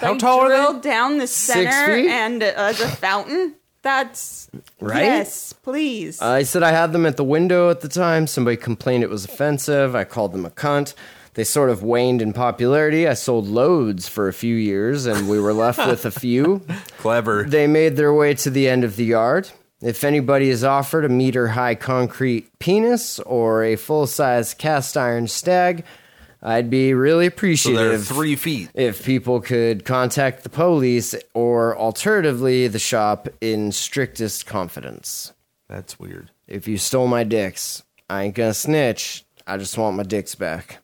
How
Like,
tall are
drilled
they?
down the center
feet?
and uh, as a fountain? That's
Right? Uh,
Yes, please.
I said I had them at the window at the time. Somebody complained it was offensive. I called them a cunt. They sort of waned in popularity. I sold loads for a few years, and we were left with a
[LAUGHS]
few.
Clever.
They made their way to the end of the yard. If anybody is offered a meter high concrete penis or a full size cast iron stag, I'd be really
so they're
appreciative
three feet.
if people could contact the police or alternatively the shop in strictest confidence.
That's weird.
If you stole my dicks, I ain't gonna snitch. I just want my dicks back.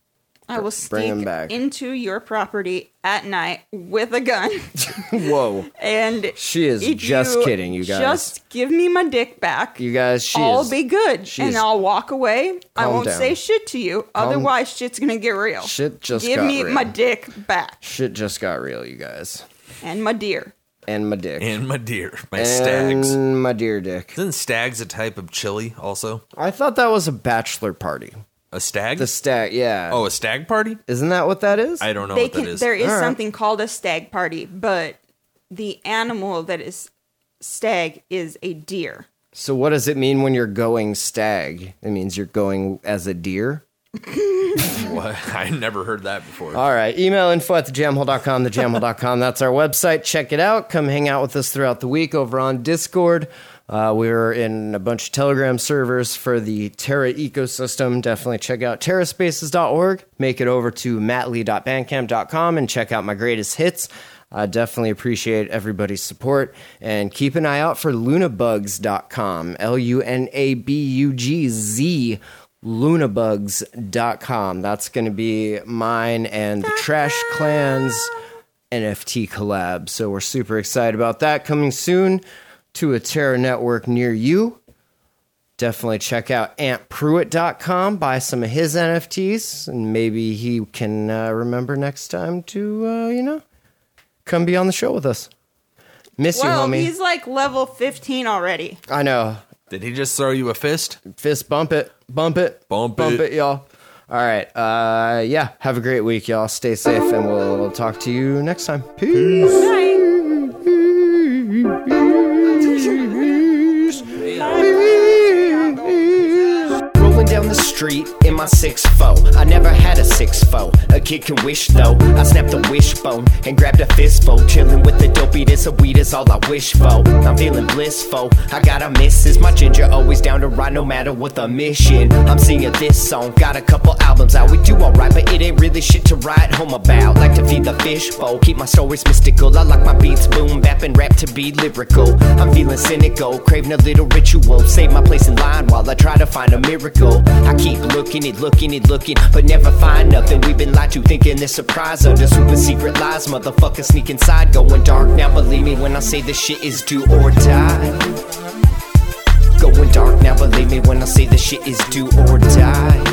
[LAUGHS]
I will
bring 'em
sneak
back.
into your property at night with a gun. [LAUGHS]
Whoa.
And
She is
if
just kidding, you guys.
Just give me my dick back.
You guys, she
I'll
is
be good,
she
and
is-
I'll walk away. I
Calm
won't
down.
say shit to you. Otherwise, shit's gonna get real.
Shit just
give
got
me
real.
my dick back
shit just got real, you guys.
and my deer.
And my dick.
And my deer. My
and
stags.
my dear dick.
Isn't stags a type of chili also?
I thought that was a bachelor party.
A stag?
The stag, yeah.
oh, a stag party?
Isn't that what that is?
I don't know
they
what
can.
that is.
There is
All right.
something called a stag party, but the animal that is stag is a deer.
so what does it mean when you're going stag? It means you're going as a deer.
What? [LAUGHS] I never heard that before.
All right. Email info at thejamhole.com, thejamhole.com. That's our website. Check it out. Come hang out with us throughout the week over on Discord. Uh, we're in a bunch of Telegram servers for the Terra ecosystem. Definitely check out terraspaces.org. Make it over to mattley.bandcamp.com and check out my greatest hits. I definitely appreciate everybody's support. And keep an eye out for lunabugs.com. L U N A B U G Z lunabugs.com. That's going to be mine and the Trash Clans NFT collab. So we're super excited about that coming soon to a Terra network near you. Definitely check out antpruitt.com, buy some of his NFTs, and maybe he can uh, remember next time to, uh, you know, come be on the show with us. Miss
well,
you, homie.
he's like level fifteen already.
I know.
Did he just throw you a fist?
fist bump it bump it
Bump
bump it,
it.
y'all all right uh yeah have a great week y'all stay safe and we'll, talk to you next time peace.
Bye.
peace.
street in my 6'4. I never had a 6'4. A kid can wish though. I snapped the wishbone and grabbed a fistful. Chillin' with the dopey, this a weed is all I wish for. I'm feeling blissful. I got a missus. My ginger always down to ride no matter what the mission. I'm singing this song. Got a couple albums out. We do alright, but it ain't really shit to write home about. Like to feed the fishbowl. Keep my stories mystical. I like my beats boom, bap, and rap to be lyrical. I'm feeling cynical. Craving a little ritual. Save my place in line while I try to find a miracle. I keep looking and looking and looking, but never find nothing. We've been lied to, thinking this surprise under super secret lies. Motherfucker sneak inside, going dark. Now believe me when I say this shit is do or die. Going dark, now believe me when I say this shit is do or die.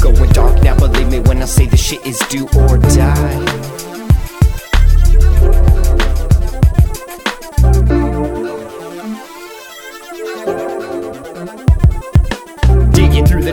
Going dark, now believe me when I say this shit is do or die. Digging through the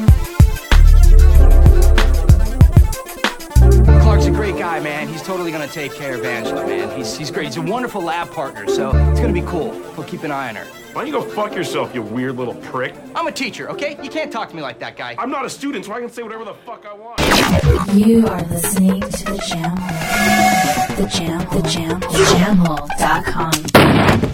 Clark's a great guy, man. He's totally gonna take care of Angela, man. He's, he's great. He's a wonderful lab partner, so it's gonna be cool. We'll keep an eye on her.
Why don't you go fuck yourself, you weird little prick?
I'm a teacher, okay? You can't talk to me like that, guy.
I'm not a student, so I can say whatever the fuck I want.
You are listening to the jam hole. The jam, the jam, the jam hole.com.